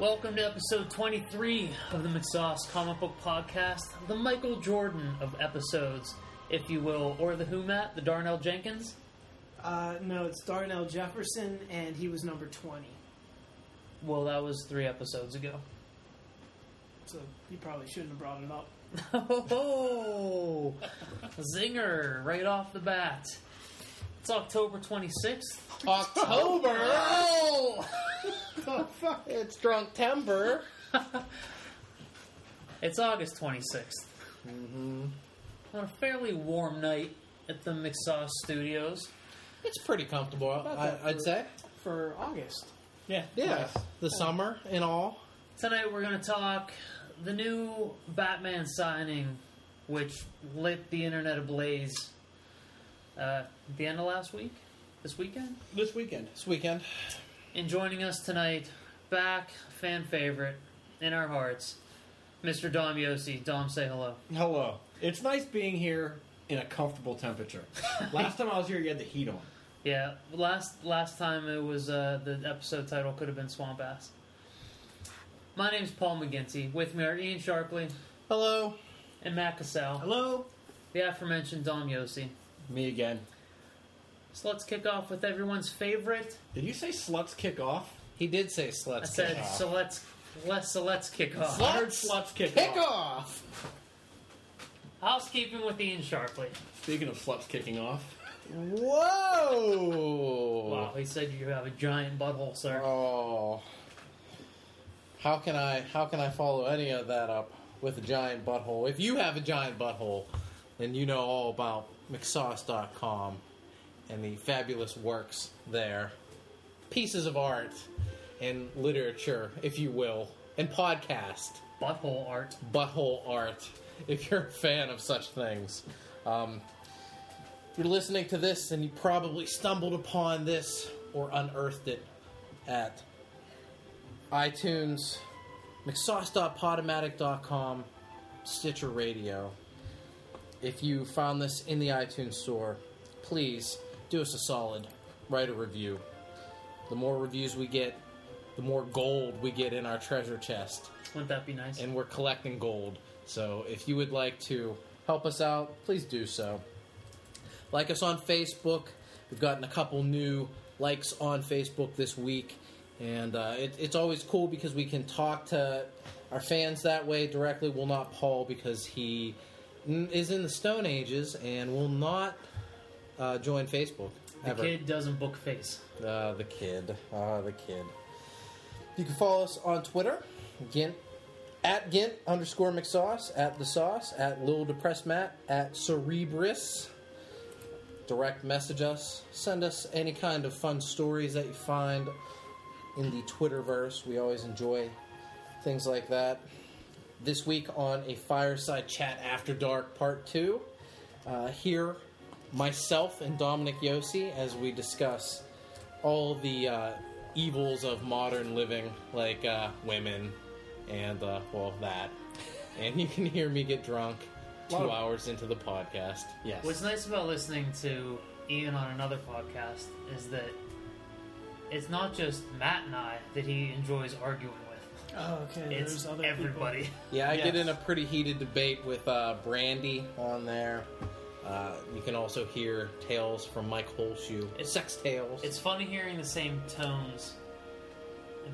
Welcome to episode 23 of the McSauce Comic Book Podcast, the Michael Jordan of episodes, if you will, or the who, Matt? The Darnell Jenkins? Uh, no, it's Darnell Jefferson, and he was number 20. Well, that was three episodes ago. So you probably shouldn't have brought it up. Oh, zinger right off the bat. It's October 26th. October. Oh! it's drunk temper. It's August 26th. On a fairly warm night at the McSauce Studios. It's pretty comfortable. I, that I'd say. For August. Yeah. Yeah, the summer and all. Tonight we're going to talk the new Batman signing, which lit the internet ablaze uh, at the end of last week, this weekend. This weekend. This weekend. And joining us tonight, back fan favorite in our hearts, Mr. Dom Yossi. Dom, say hello. Hello. It's nice being here in a comfortable temperature. Last time I was here, you had the heat on. Yeah, last last time it was uh, the episode title could have been Swamp Ass. My name's Paul McGinty. With me are Ian Sharpley Hello. and Matt Cassell, Hello. the aforementioned Dom Yossi. Me again. So let's kick off with everyone's favorite. Did you say sluts kick off? He did say I sluts. said, kick off. so uh, let's let's so let's kick off. I heard sluts kick, Kick off. off. Housekeeping with Ian Sharpley. Speaking of sluts kicking off, Whoa. Wow, he said you have a giant butthole, sir. Oh. How can I? How can I follow any of that up with a giant butthole? If you have a giant butthole, then you know all about McSauce.com and the fabulous works there, pieces of art and literature, if you will, and podcast Butthole art. butthole art if you're a fan of such things. Um, if you're listening to this and you probably stumbled upon this or unearthed it at iTunes, McSauce.podomatic.com, Stitcher Radio. If you found this in the iTunes store, please do us a solid, write a review. The more reviews we get, the more gold we get in our treasure chest Wouldn't that be nice? and we're collecting gold. So if you would like to help us out, please do so. Like us on Facebook. We've gotten a couple new likes on Facebook this week, and uh, it, it's always cool because we can talk to our fans that way directly. Will not Paul because he n- is in the Stone Ages and will not uh, join Facebook. the ever. kid doesn't book face. Uh, the kid. Ah, the kid. You can follow us on Twitter, Gint, at Gint underscore McSauce, at The Sauce, at Lil Depressed Matt, at Cerebris. Direct message us. Send us any kind of fun stories that you find in the Twitterverse. We always enjoy things like that. This week on a fireside chat after dark part two, uh, here myself and Dominic Yossi as we discuss all the uh, evils of modern living, like uh, women and uh, well that. And you can hear me get drunk two Wow. hours into the podcast. yes. What's nice about listening to Ian on another podcast is that it's not just Matt and I that he enjoys arguing with. Oh, okay. It's there's other everybody. Yeah, I get Yes. in a pretty heated debate with uh, Brandy on there. Uh, you can also hear tales from Mike Holshoe. It's- sex tales. It's funny hearing the same tones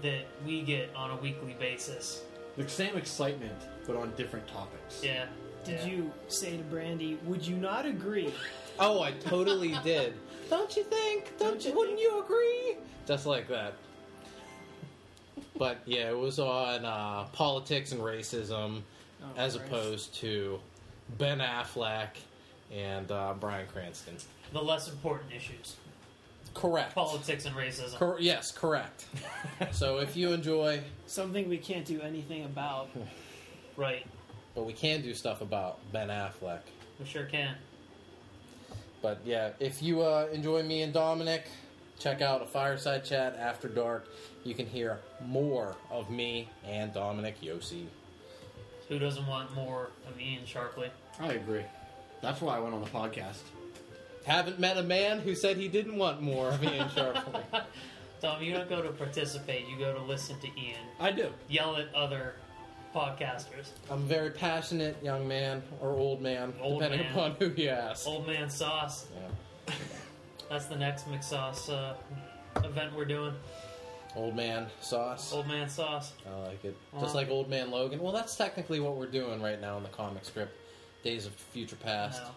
that we get on a weekly basis. the same excitement, but on different topics. Yeah. Did yeah. you say to Brandy, would you not agree? oh, I totally did. Don't you think? Don't, Don't you? you Wouldn't you agree? Just like that. But yeah, it was on uh, politics and racism, Oh, as Christ. opposed to Ben Affleck and uh, Brian Cranston. the less important issues? Correct. Politics and racism. Cor- yes, correct. so if you enjoy Something we can't do anything about. Right. But we can do stuff about Ben Affleck. We sure can. But yeah, if you uh, enjoy me and Dominic, check out a fireside chat after dark. You can hear more of me and Dominic Yossi. Who doesn't want more of Ian Sharpley? I agree. That's why I went on the podcast. Haven't met a man who said he didn't want more of me and Sharpley. Tom, you don't go to participate. You go to listen to Ian I do. yell at other podcasters. I'm a very passionate young man or old man, Old depending man. upon who you ask. Old man sauce. Yeah. That's the next McSauce uh, event we're doing. Old man sauce. Old man sauce. I like it. Just Uh. like Old Man Logan. Well, that's technically what we're doing right now in the comic strip, Days of Future Past. No.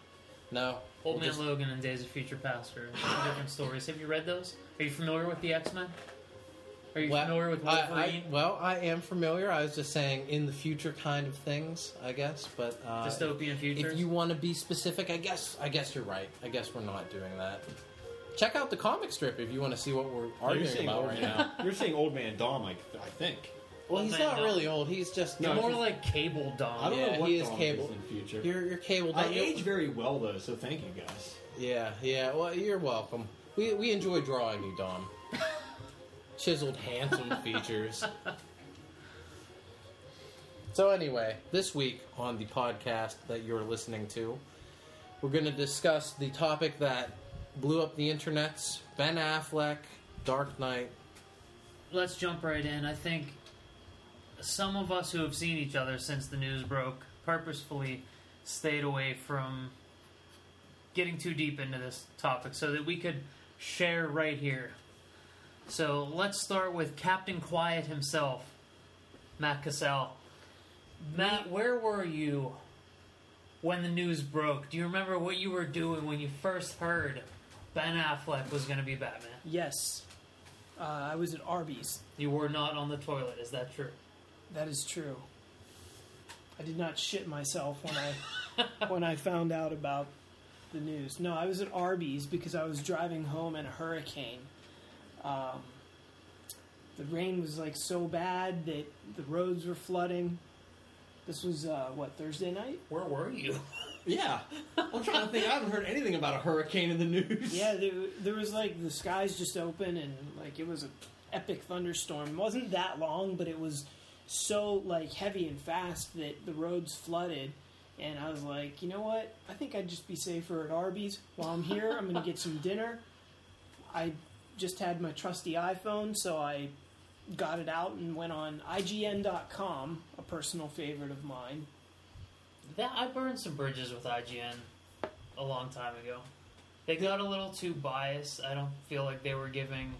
No, Old We're Man just- Logan and Days of Future Past are different stories. Have you read those? Are you familiar with the X Men? Are you Well, familiar with I- I- Wolverine? well, I am familiar. I was just saying in the future kind of things, I guess. But uh, Dystopian futures. if you want to be specific, I guess I guess you're right. I guess we're not doing that. Check out the comic strip if you want to see what we're you're arguing saying about old right man. now. You're saying old man Dom. I, I think. Well, Old he's man not Dom. really old. He's just No, more he's- like Cable I Dom. don't Yeah, know what he is Dom cable. in the future. You're, you're cable. I Dom. age very well though, so thank you guys. Yeah, yeah. Well, you're welcome. We we enjoy drawing you, Dom. Chiseled, handsome features. So anyway, this week on the podcast that you're listening to, we're going to discuss the topic that blew up the internets: Ben Affleck, Dark Knight. Let's jump right in. I think some of us who have seen each other since the news broke purposefully stayed away from getting too deep into this topic so that we could share right here. So let's start with Captain Quiet himself, Matt Cassell. Matt, where were you when the news broke? Do you remember what you were doing when you first heard Ben Affleck was going to be Batman? Yes. Uh, I was at Arby's. You were not on the toilet, is that true? That is true. I did not shit myself when I when I found out about the news. No, I was at Arby's because I was driving home in a hurricane. Um, the rain was like so bad that the roads were flooding. This was uh, what Thursday night. Where were you? Yeah, I'm trying to think. I haven't heard anything about a hurricane in the news. Yeah, there, there was like the skies just open and like it was an epic thunderstorm. It wasn't that long, but it was so like heavy and fast that the roads flooded. And I was like, you know what? I think I'd just be safer at Arby's. While I'm here, I'm gonna get some dinner. I just had my trusty iPhone, so I got it out and went on IGN.com, a personal favorite of mine. That I burned some bridges with IGN a long time ago. They got a little too biased. I don't feel like they were giving.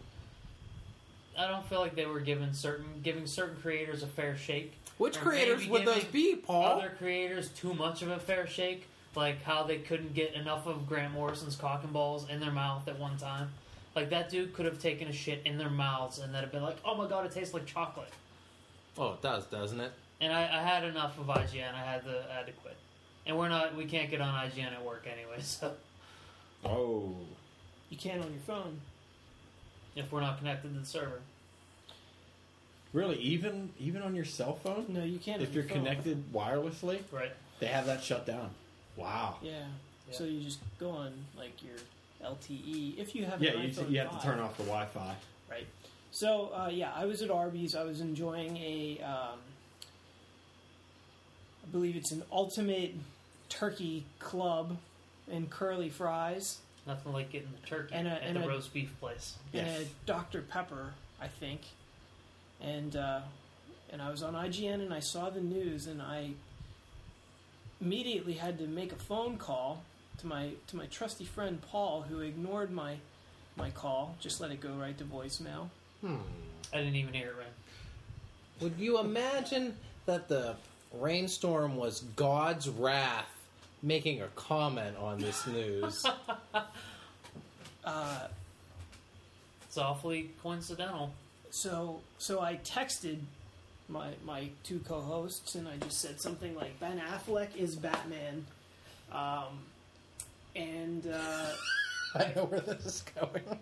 I don't feel like they were giving certain giving certain creators a fair shake. Which Or creators maybe would those giving be, Paul? Other creators too much of a fair shake, like how they couldn't get enough of Grant Morrison's cock and balls in their mouth at one time. Like that dude could have taken a shit in their mouths and that'd have been like, "Oh my god, it tastes like chocolate." Oh, it does, doesn't it? And I, I had enough of IGN. I had the I had to quit. And we're not we can't get on IGN at work anyway. So Oh, You can on your phone. if we're not connected to the server, really? Even even on your cell phone, No, you can't. if on you're your phone. connected wirelessly, right? they have that shut down. Wow. Yeah. Yeah. So you just go on like your LTE if you have. Yeah, an you, iPhone you have to 5. turn off the Wi-Fi. Right. So uh, yeah, I was at Arby's. I was enjoying a, um, I believe it's an ultimate turkey club and curly fries Nothing like getting the turkey And a- at and the a- roast beef place. and a Yes. Dr Pepper, I think. And uh, and I was on IGN and I saw the news and I immediately had to make a phone call to my to my trusty friend Paul who ignored my my call, just let it go right to voicemail. I didn't even hear it ring. Would you imagine that the rainstorm was God's wrath making a comment on this news? Uh, It's awfully coincidental. so so I texted my my two co-hosts and I just said something like Ben Affleck is Batman, um, and uh, I know where this is going.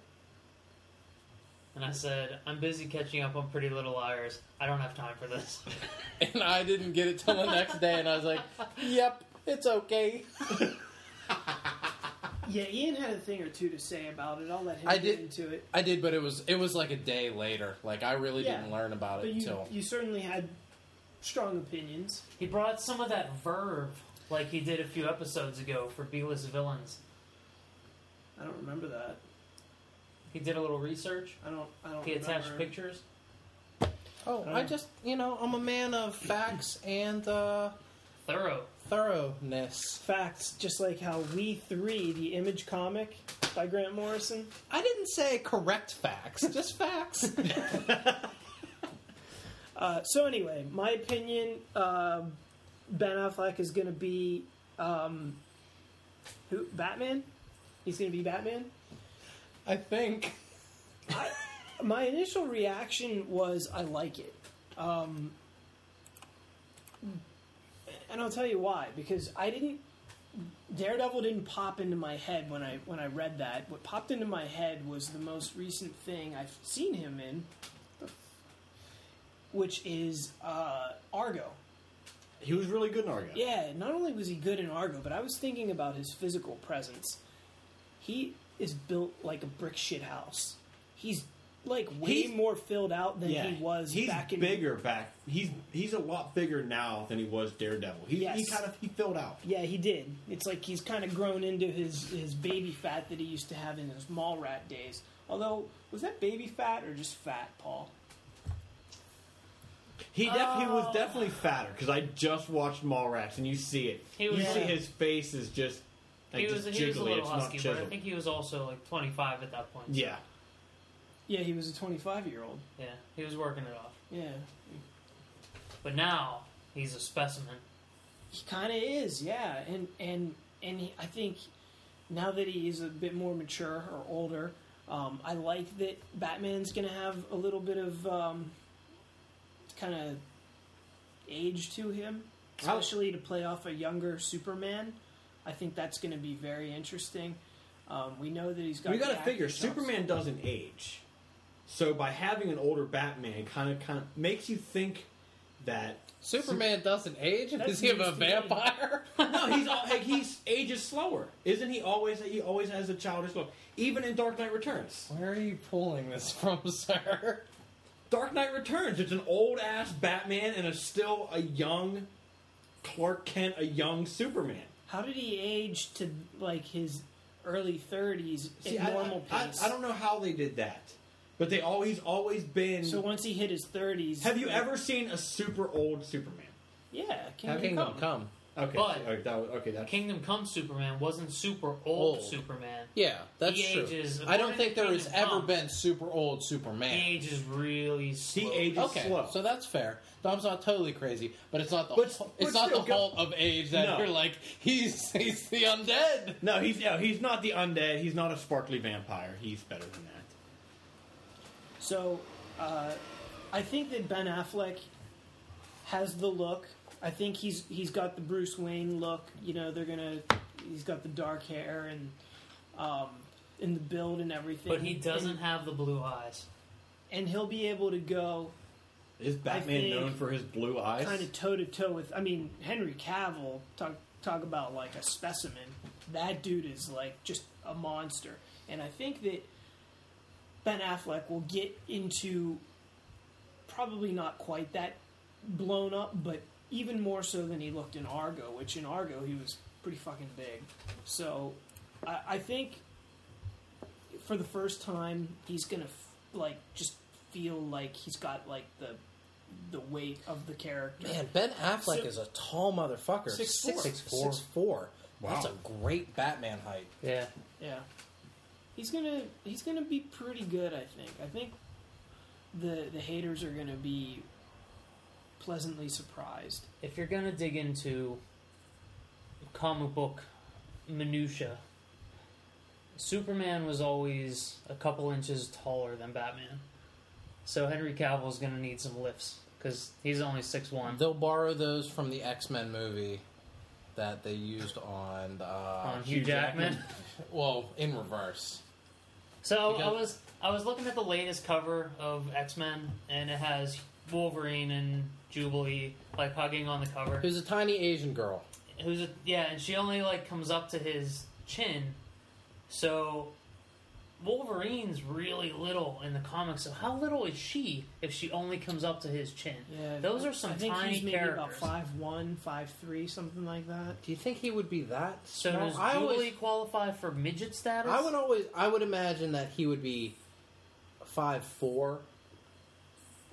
And I said, I'm busy catching up on Pretty Little Liars. I don't have time for this. And I didn't get it till the next day, and I was like, yep, it's okay. yeah, Ian had a thing or two to say about it. I'll let him I get did- into it. I did, but it was it was like a day later. Like I really Yeah. didn't learn about But it you until you certainly had strong opinions. he brought some of that verve, like he did a few episodes ago for B-list villains. I don't remember that. He did a little research. I don't. I don't. He attached remember. pictures. Oh, I just, you know, I'm a man of facts and uh, Thorough. thoroughness. Facts, just like how We Three, the image comic by Grant Morrison. I didn't say correct facts, just facts. Uh, so anyway, my opinion, um Ben Affleck is going to be um, who? Batman. He's going to be Batman. I think. My initial reaction was I like it. Um, and I'll tell you why because I didn't Daredevil didn't pop into my head when I when I read that. What popped into my head was the most recent thing I've seen him in, which is uh, Argo. He was really good in Argo. Yeah, not only was he good in Argo, but I was thinking about his physical presence. He is built like a brick shit house. He's like way He's- more filled out than Yeah, he was He's back in bigger back. He's he's a lot bigger now than he was Daredevil. He, he Yes. kind of he filled out. Yeah, he did. It's like he's kind of grown into his his baby fat that he used to have in his mall rat days. Although, was that baby fat or just fat, Paul? He def- he was Oh. definitely fatter because I just watched Mallrats and you see it. He you was- see his face is just like He was just he jiggly. was a little it's husky, not but I chiseled. think he was also like 25 at that point. yeah, Yeah, he was a 25 year old. Yeah. He was working it off. Yeah. But now he's a specimen. He kind of is, yeah, and and and he, I think now that he is a bit more mature or older, um, I like that Batman's going to have a little bit of um, kind of age to him, especially to play off a younger Superman. I think that's going to be very interesting. Um, we know that he's got. we got the to figure acting chops. Superman doesn't age, so by having an older Batman, kind of kind of makes you think that Superman doesn't age? That's Is he a news to me. vampire? no, he's al- like, he's ages slower, isn't he? Always he always has a childish look, even in Dark Knight Returns. Where are you pulling this from, sir? Dark Knight Returns. It's an old ass Batman and a still a young Clark Kent, a young Superman. How did he age to like his early thirties See, at I, normal I, pace? I, I don't know how they did that, but they always always been. So once he hit his thirties, have you ever seen a super old Superman? Yeah, Kingdom, Kingdom Come. Come. Okay, But- so- okay, that was, okay, that's Kingdom Come Superman wasn't super old, Old. Superman. Yeah, that's He true. ages- I don't think there Kingdom has ever Come. been super old He Superman. ages really slow. he ages Okay, slow. so that's fair. Dom's not totally crazy, but it's not the But- it's but not the still, go- fault of age that No. you're like he's he's the undead. no, he's no, he's not the undead. He's not a sparkly vampire. He's better than that. So, uh, I think that Ben Affleck has the look. I think he's he's got the Bruce Wayne look. You know, they're gonna. He's got the dark hair and um, and the build and everything. But he doesn't And, have the blue eyes. and he'll be able to go Is Batman think- known for his blue eyes? kind of toe to toe with. I mean, Henry Cavill talk talk about like a specimen. That dude is like just a monster, and I think that Ben Affleck will get into probably not quite that blown up, but even more so than he looked in Argo, which in Argo he was pretty fucking big. So I, I think for the first time he's gonna f- like just feel like he's got like the the weight of the character. Man, Ben Affleck Six- is a tall motherfucker. Six four. six Six four. six four. Wow. That's a great Batman height. Yeah. Yeah. He's gonna he's gonna be pretty good, I think. I think the the haters are gonna be pleasantly surprised. If you're gonna dig into comic book minutia, Superman was always a couple inches taller than Batman. So Henry Cavill's gonna need some lifts because he's only six one. They'll borrow those from the X Men movie that they used on. Uh, on Hugh Jackman. Well, in reverse. So I Because- was I was looking at the latest cover of X Men, and it has Wolverine and Jubilee like hugging on the cover. Who's a tiny Asian girl? Who's a, yeah, and she only like comes up to his chin. So Wolverine's really little in the comics, so how little is she if she only comes up to his chin? Yeah, Those I- are some I think tiny he's maybe about characters. five one, five three, something like that. Do you think he would be that? So small? does I Jubilee always, qualify for midget status? I would always, I would imagine that he would be five four.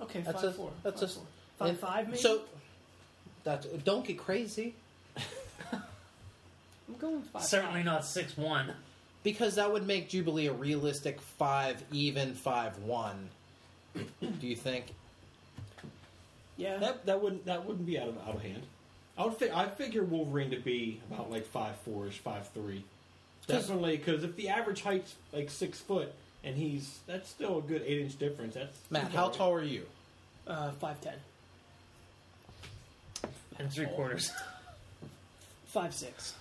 Okay, That's five a- four. that's five, a- four. Five, And five maybe. So that's don't get crazy I'm going five. Certainly five. not six one. because that would make Jubilee a realistic five even five one. Do you think? Yeah, That that wouldn't that wouldn't be out of out of hand. I would fi- I figure Wolverine to be about like five four ish, five three. Definitely, because if the average height's like six foot, and he's that's still a good eight inch difference. That's Matt, how tall are you? uh, five ten, And three quarters. five six.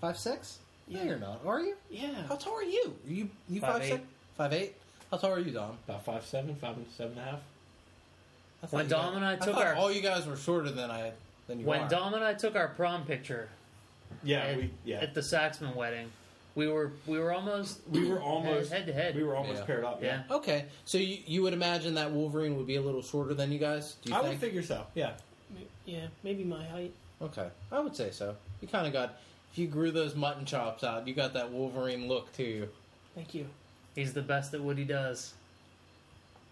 Five six? Yeah. No, you're not. Are you? Yeah, How tall are you? Are you you Five five, six? eight. Five eight. How tall are you, Dom? About five seven, five and seven and a half. I thought When you Dom guys- and I took thought our- all you guys were shorter than I than you when are. Dom and I took our prom picture Yeah, at, we yeah at the Saxman wedding, we were we were almost we were almost head to head. we were almost Yeah. paired up. yeah. Yeah, Okay, so you, you would imagine that Wolverine would be a little shorter than you guys. Do you I think? would figure so. Yeah, M- yeah, maybe my height. Okay, I would say so. You kind of got if you grew those mutton chops out, you got that Wolverine look to you. Thank you. He's the best at what he does.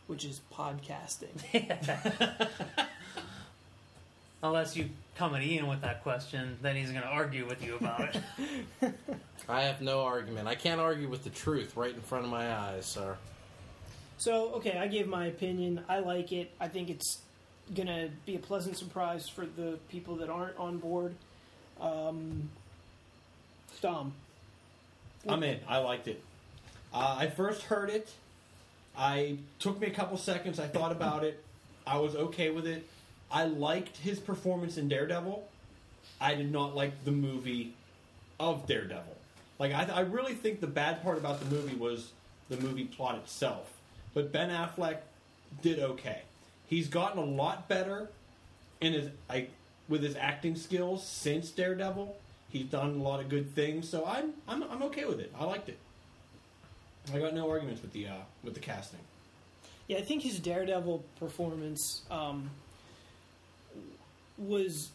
Which is podcasting. Unless you come at Ian with that question, then he's going to argue with you about it. I have no argument. I can't argue with the truth right in front of my eyes, sir. So, okay, I gave my opinion. I like it. I think it's going to be a pleasant surprise for the people that aren't on board. Um, Dom. I'm in. I liked it. Uh, I first heard it. I took me a couple seconds. I thought about it. I was okay with it. I liked his performance in Daredevil. I did not like the movie of Daredevil. Like I, I really think the bad part about the movie was the movie plot itself. But Ben Affleck did okay. He's gotten a lot better in his like with his acting skills since Daredevil. He's done a lot of good things, so I'm I'm, I'm okay with it. I liked it. I got no arguments with the uh, with the casting. Yeah, I think his Daredevil performance um, was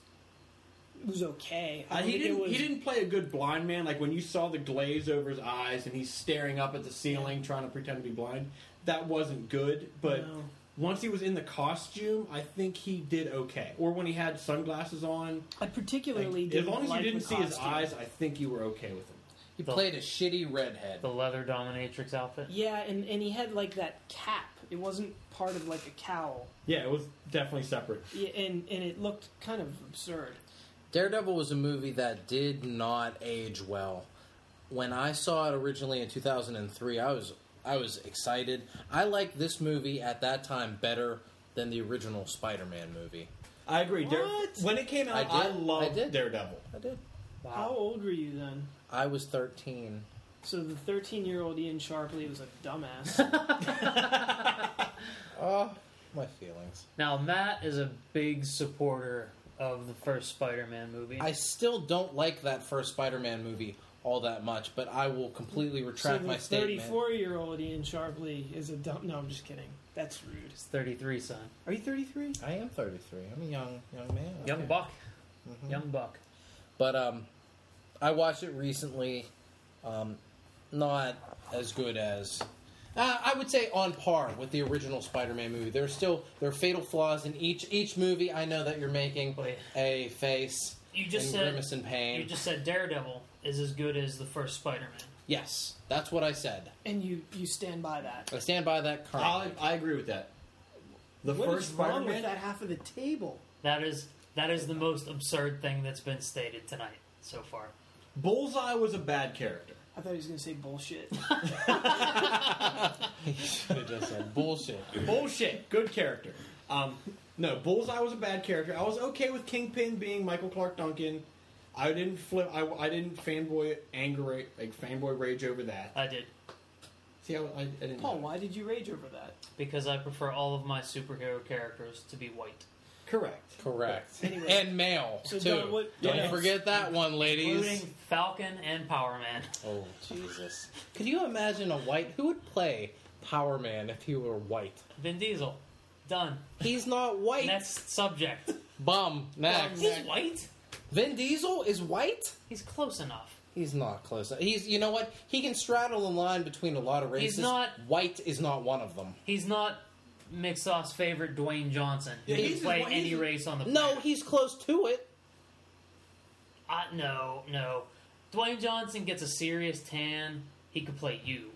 was okay. Uh, I he think it didn't was- he didn't play a good blind man. Like when you saw the glaze over his eyes and he's staring up at the ceiling trying to pretend to be blind. That wasn't good, but No. once he was in the costume, I think he did okay. Or when he had sunglasses on, I like, particularly as didn't long as like you didn't the see his costume. eyes, I think you were okay with him. You The- played a shitty redhead. the leather dominatrix outfit. Yeah, and, and he had like that cap. It wasn't part of like a cowl. Yeah, it was definitely separate. Yeah, and and it looked kind of absurd. Daredevil was a movie that did not age well. When I saw it originally in 2003, I was I was excited. I liked this movie at that time better than the original Spider-Man movie. I agree. Dare- What? when it came out, I I, did. loved I did. Daredevil. I did. How old were you then? I was 13. So the 13 year old Ian Sharpley was a dumbass. Oh, my feelings. Now Matt is a big supporter of the first Spider-Man movie. I still don't like that first Spider-Man movie all that much, but I will completely so retract the my statement. 34 year old Ian Sharpley is a dumb. No, I'm just kidding. That's rude. it's 33, son. Are you 33? I am 33. I'm a young young man. Young Okay. buck. Young buck. But um, I watched it recently. Um, not as good as uh, I would say on par with the original Spider-Man movie. There's still there are fatal flaws in each each movie. I know that you're making Wait. a face You just and said grimace and you pain. just said Daredevil is as good as the first Spider-Man. Yes, that's what I said. And you you stand by that. I stand by that I, currently. I agree with that. The What is first wrong with Spider-Man. that half of the table? That is that is the most absurd thing that's been stated tonight so far. Bullseye was a bad character. I thought he was going to say bullshit. should have just said bullshit. Bullshit. Good character. Um, no, Bullseye was a bad character. I was okay with Kingpin being Michael Clark Duncan. I didn't flip. I, I didn't fanboy anger like fanboy rage over that. I did See, I, I, I Oh, didn't. Paul, why did you rage over that? because I prefer all of my superhero characters to be white. Correct. Correct. Anyway. And male So, too. John, what- Don't yeah. forget that one, Including ladies. Falcon and Power Man. Oh Jesus! Could you imagine a white who would play Power Man if he were white? Vin Diesel. Done. He's not white. Next subject. Bum. Next. He's white? Vin Diesel is white. He's close enough. He's not close. He's you know what? He can straddle the line between a lot of races. He's not- white is not one of them. He's not Mixoff's favorite Dwayne Johnson. Yeah, he he's can play just- any he's- race on the No, planet. he's close to it. Uh, no, no. Dwayne Johnson gets a serious tan. He could play you.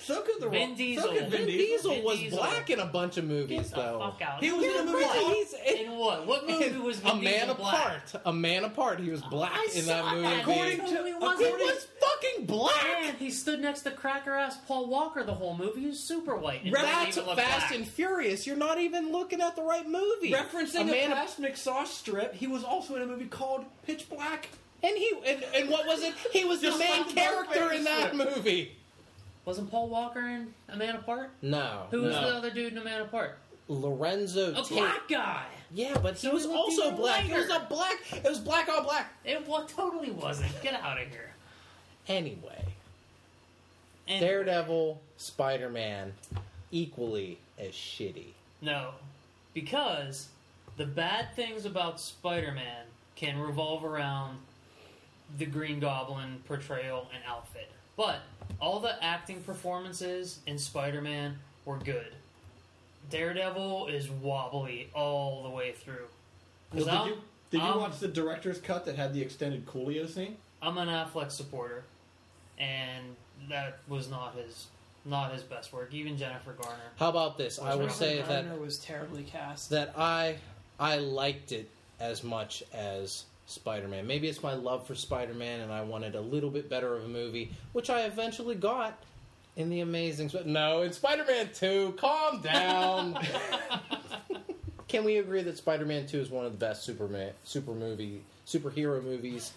So could the Vin Rock. Diesel. So could Vin, Vin, Diesel, Vin was Diesel. black in a bunch of Get movies the though. fuck out. He was in a movie. Really? He's in what? What movie in was a Vin man Diesel black? apart. A man apart. He was black I in saw that that. movie. According That to- movie he wasn't- according- was fucking black. Man, he stood next to cracker ass Paul Walker the whole movie. He's super white. and doesn't That's even look Fast black. and Furious. You're not even looking at the right movie. Referencing a, man ap- past McSauce strip, he was also in a movie called Pitch Black. and he and, and what was it? He was the Just main like the character Darth in Vader that script. movie. Wasn't Paul Walker in A Man Apart? No, Who was no. the other dude in A Man Apart? Lorenzo A Tate. black guy. Yeah, but he was he looked also even black. It lighter. was a black. It was black on black. It wa- totally wasn't. Get out of here. Anyway, And Daredevil, Spider Man, equally as shitty. No, because the bad things about Spider-Man can revolve around the Green Goblin portrayal and outfit. But all the acting performances in Spider-Man were good. Daredevil is wobbly all the way through. 'Cause Well, I'm, did you, did you I'm- watch the director's cut that had the extended Coolio scene? I'm an Affleck supporter, and that was not his not his best work. Even Jennifer Garner. How about this? I will Robert say that Garner was terribly cast. that I I liked it as much as Spider Man. Maybe it's my love for Spider Man, and I wanted a little bit better of a movie, which I eventually got in the Amazing. Sp- no, in Spider Man Two. Calm down. Can we agree that Spider Man Two is one of the best Superman super movie superhero movies?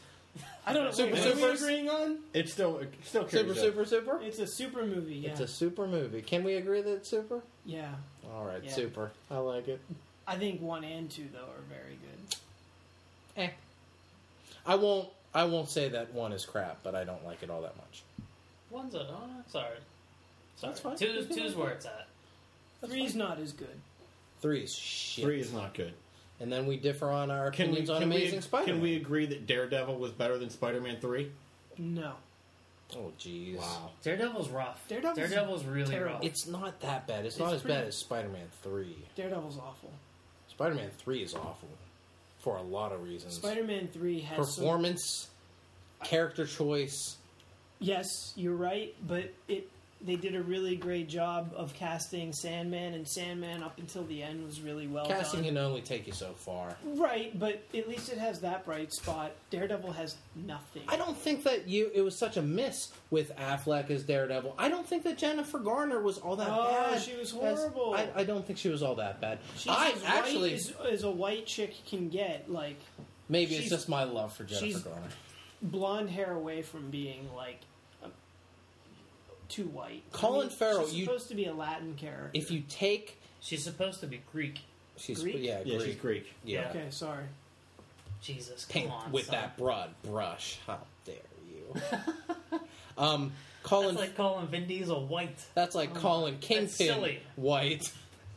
I don't know. Super- wait, what are we Supers? agreeing on? It still it still carries Super, super, up. super. It's a super movie. Yeah. It's a super movie. Can we agree that it's super? yeah. All right, Yeah. super. I like it. I think one and two though are very good. Eh. I won't. I won't say that one is crap, but I don't like it all that much. One's a oh, sorry. Sorry. That's fine. Two's, two's where it's at. Three's not as good. Three is shit. Three is not good. And then we differ on our Can we, opinions on can, Amazing we, Spider-Man. can we agree that Daredevil was better than Spider-Man Three? No. Oh, jeez. Daredevil's rough. Daredevil's really terrible. rough. It's not that bad. It's, not It's as pretty- bad as Spider-Man Three. Daredevil's awful. Spider-Man Three is awful for a lot of reasons. Spider-Man three has some Performance, character choice. Yes, you're right, but it they did a really great job of casting Sandman, and Sandman up until the end was really well Casting done. can only take you so far. Right, but at least it has that bright spot. Daredevil has nothing. I don't think that you. It was such a miss with Affleck as Daredevil. I don't think that Jennifer Garner was all that Oh, bad. she was as- horrible. I, I don't think she was all that bad. She's I as actually white as, as a white chick can get, like maybe it's she's- just my love for Jennifer she's- Garner. blonde hair away from being like a, too white. Colin Farrell, She's you- supposed to be a Latin character. If you take, She's supposed to be Greek. she's Greek? yeah, Yeah, Greek. she's Greek. Yeah, okay, sorry. Jesus, come paint on. with son. that broad brush. How dare you? um, Colin That's like calling Vin Diesel white. That's Oh, like calling Kingpin silly. white.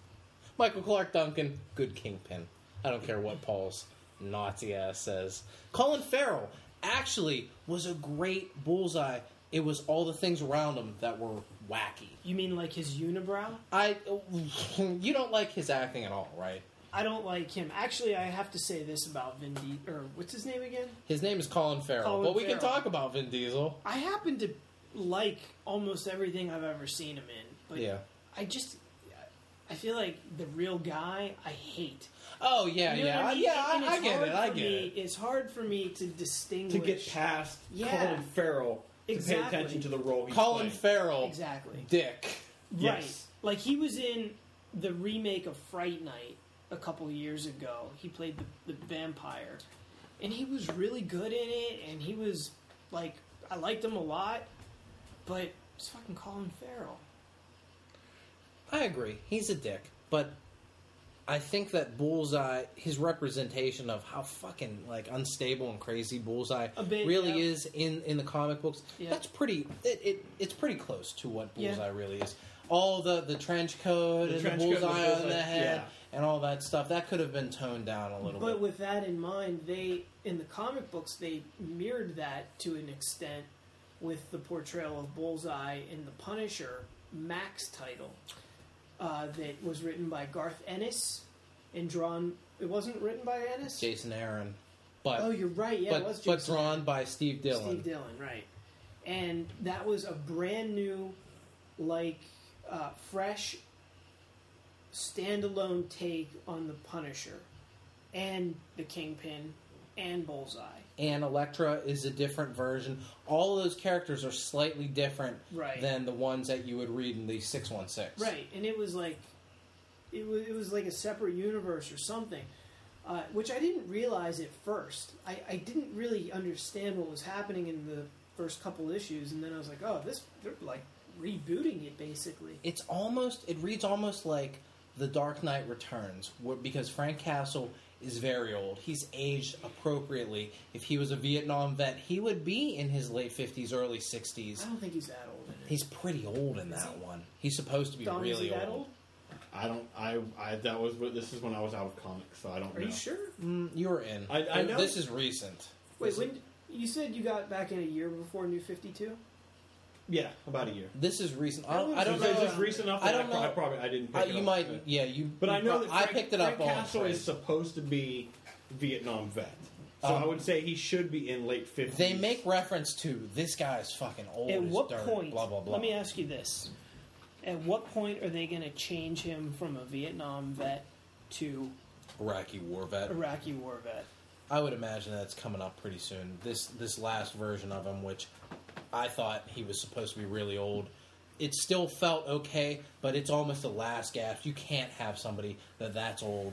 Michael Clark Duncan, good Kingpin. I don't care what Paul's naughty ass says. Colin Farrell actually was a great bullseye. It was all the things around him that were wacky. You mean like his unibrow? I, you don't like his acting at all, right? I don't like him. Actually, I have to say this about Vin Di- or what's his name again? His name is Colin Farrell, Colin but we can Farrell. talk about Vin Diesel. I happen to like almost everything I've ever seen him in, but Yeah. I just I feel like the real guy I hate. Oh yeah, You know yeah, what I mean? yeah. And I, it's I get hard it. I for get me- it. It's hard for me to distinguish To get past Yeah. Colin Farrell to Exactly. pay attention to the role he's Colin playing. Farrell, exactly dick. Yes. right. Like he was in the remake of Fright Night a couple years ago. He played the, the vampire, and he was really good in it. And he was like I liked him a lot, but it's fucking Colin Farrell. I agree. He's a dick, but I think that Bullseye, his representation of how fucking like unstable and crazy Bullseye A bit, really yeah. is in in the comic books, Yeah. that's pretty. It, it it's pretty close to what Yeah. Bullseye really is. All the the trench coat The and trench the coat and the bullseye on the bullseye, head yeah. and all that stuff that could have been toned down a little But bit. with that in mind, they in the comic books they mirrored that to an extent with the portrayal of Bullseye in the Punisher Max title uh, that was written by Garth Ennis and drawn. It wasn't written by Ennis. Jason Aaron, but oh, you're right. Yeah, it was but, Jason. but drawn by Steve Dillon. Steve Dillon, right? And that was a brand new, like, uh, fresh, standalone take on the Punisher, and the Kingpin, and Bullseye. and Elektra is a different version. All of those characters are slightly different Right. than the ones that you would read in the 616. Right, and it was like, it was it was like a separate universe or something, uh, which I didn't realize at first. I, I didn't really understand what was happening in the first couple issues, and then I was like, oh, this they're like rebooting it basically. It's almost, it reads almost like The Dark Knight Returns, wh- because Frank Castle is very old. He's aged appropriately. If he was a Vietnam vet, he would be in his late 50s, early 60s. I don't think he's that old. In it. He's pretty old in that one. He's supposed to be Dom, is really he that old. old? I don't. I. I. That was. what- This is when I was out of comics, so I don't. Are know. you sure? Mm, you were in. I- I know- This is recent. Wait, This when you said you got back in a year before New Fifty Two? Yeah, about a year. This is recent. I don't, I I don't So know. it's just recent enough. I that don't pro- know. I probably. I didn't. Pick Uh, it you up. might, yeah, you. But you I know pro- that Frank, I picked it up. Frank on Castle Friday. is supposed to be Vietnam vet, so Um, I would say he should be in late fifties. They make reference to this guy's fucking old. At as what dirt, point? Blah blah blah. Let me ask you this: At what point are they going to change him from a Vietnam vet to Iraqi war vet. Iraqi war vet? I would imagine that's coming up pretty soon. This this last version of him, which I thought he was supposed to be really old. It still felt okay, but it's almost a last gasp. You can't have somebody that that's old.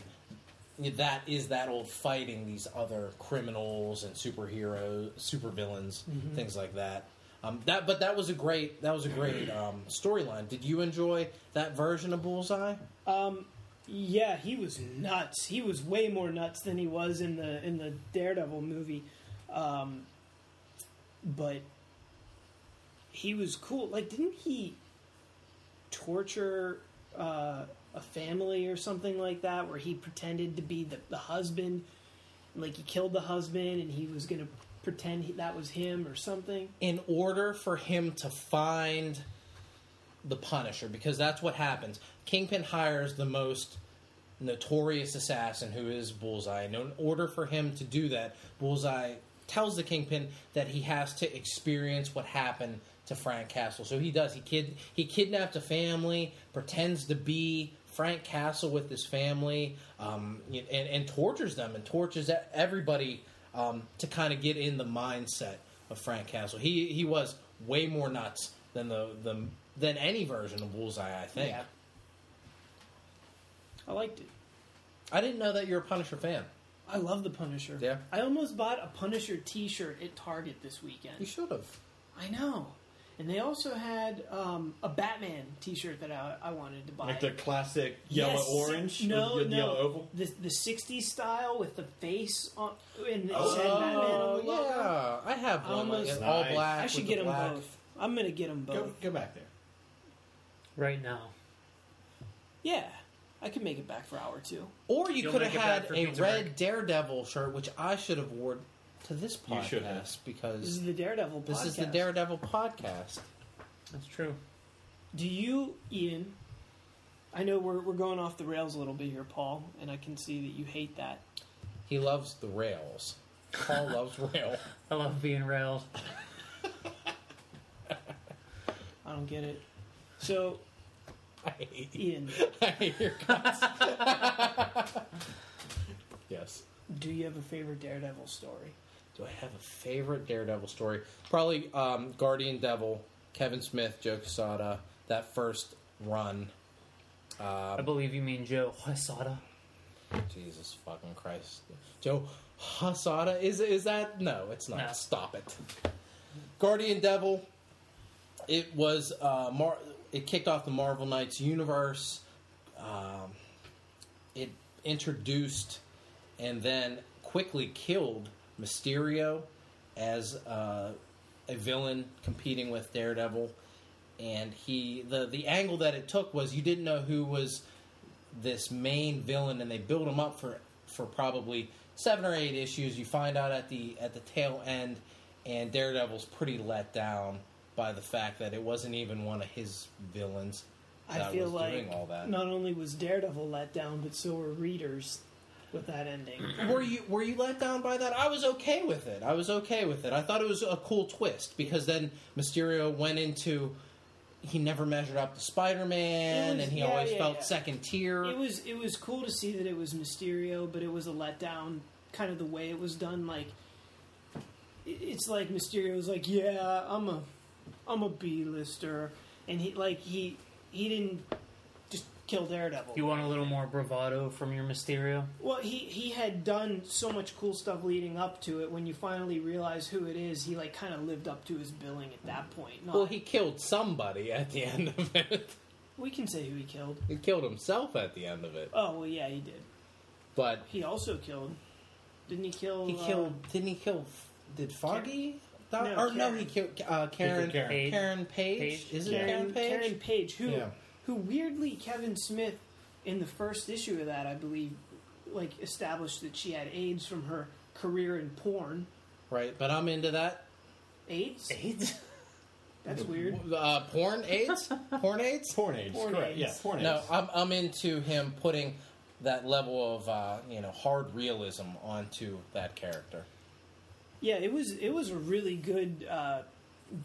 That is that old fighting these other criminals and superheroes, supervillains, things like that. Um, that, but that was a great that was a great um, storyline. Did you enjoy that version of Bullseye? Um, yeah, he was nuts. He was way more nuts than he was in the in the Daredevil movie. Um, but he was cool. Like, didn't he torture uh, a family or something like that, where he pretended to be the the husband? Like he killed the husband, and he was gonna pretend he, that was him or something. in order for him to find the Punisher, because that's what happens. Kingpin hires the most notorious assassin, who is Bullseye. And in order for him to do that, Bullseye tells the Kingpin that he has to experience what happened to Frank Castle. So he does. He kid he kidnapped a family, pretends to be Frank Castle with his family, um, and, and tortures them and tortures e- everybody um, to kind of get in the mindset of Frank Castle. He he was way more nuts than the, the than any version of Bullseye. I think. Yeah. I liked it. I didn't know that you're a Punisher fan. I love the Punisher. Yeah. I almost bought a Punisher T-shirt at Target this weekend. You should have. I know. And they also had um, a Batman T-shirt that I, I wanted to buy. like the classic yellow Yes, orange, No, with the no. yellow oval. The the '60s style with the face on and it Oh, said Batman on the logo. yeah, I have one. like, Almost- it's all Nice. black. I with should the get them black. both. I'm gonna get them both. Go, go back there. right now. Yeah, I could make it back for hour two. Or you You'll could have make it back had for a Kingsburg. red Daredevil shirt, which I should have worn to this You should podcast have. This is because the Daredevil podcast. this is the Daredevil podcast. That's true. Do you, Ian? I know we're we're going off the rails a little bit here, Paul, and I can see that you hate that. He loves the rails. Paul loves rail. I love being railed. I don't get it. So, I hate you. Ian, I hate your guts. yes. do you have a favorite Daredevil story? Do I have a favorite Daredevil story? Probably um, Guardian Devil, Kevin Smith, Joe Quesada, that first run. I believe you mean Joe Quesada. Jesus fucking Christ. Joe Hasada is is that no, it's not. No. Stop it. Guardian Devil. It was uh Mar- it kicked off the Marvel Knights universe. Um it introduced and then quickly killed Mysterio as uh, a villain competing with Daredevil. And he the the angle that it took was you didn't know who was this main villain, and they build him up for for probably seven or eight issues. You find out at the at the tail end, and Daredevil's pretty let down by the fact that it wasn't even one of his villains that I feel was like doing all that. not only was Daredevil let down, but so were readers with that ending. Were you were you let down by that? I was okay with it. I was okay with it. I thought it was a cool twist because then Mysterio went into he never measured up to Spider It Man was- and he yeah, always yeah, felt yeah. second tier. It was it was cool to see that it was Mysterio, but it was a letdown. Kind of the way it was done, like it- it's like Mysterio was like, "Yeah, I'm a, I'm a B-lister," and he like he he didn't just kill Daredevil. You want a little more bravado from your Mysterio? Well, he he had done so much cool stuff leading up to it. When you finally realize who it is, he like kind of lived up to his billing at that point. Not, well, he killed somebody at the end of it. we can say who he killed. He killed himself at the end of it. Oh well, yeah, he did. But He also killed. Didn't he kill? he uh, killed. Didn't he kill? Did Foggy? die? No, or no, Karen. he killed uh, Karen. Karen. Karen, Page. Page. Is it Karen, Karen Page? Karen Page, who Yeah. who weirdly Kevin Smith in the first issue of that, I believe, like established that she had AIDS from her career in porn. Right, but I'm into that. AIDS? Eight? That's weird. Uh, porn AIDS. porn AIDS. Porn AIDS, Porn correct? AIDS. Yeah, porn AIDS. No, I'm, I'm into him putting that level of uh, you know hard realism onto that character. Yeah, it was it was a really good uh,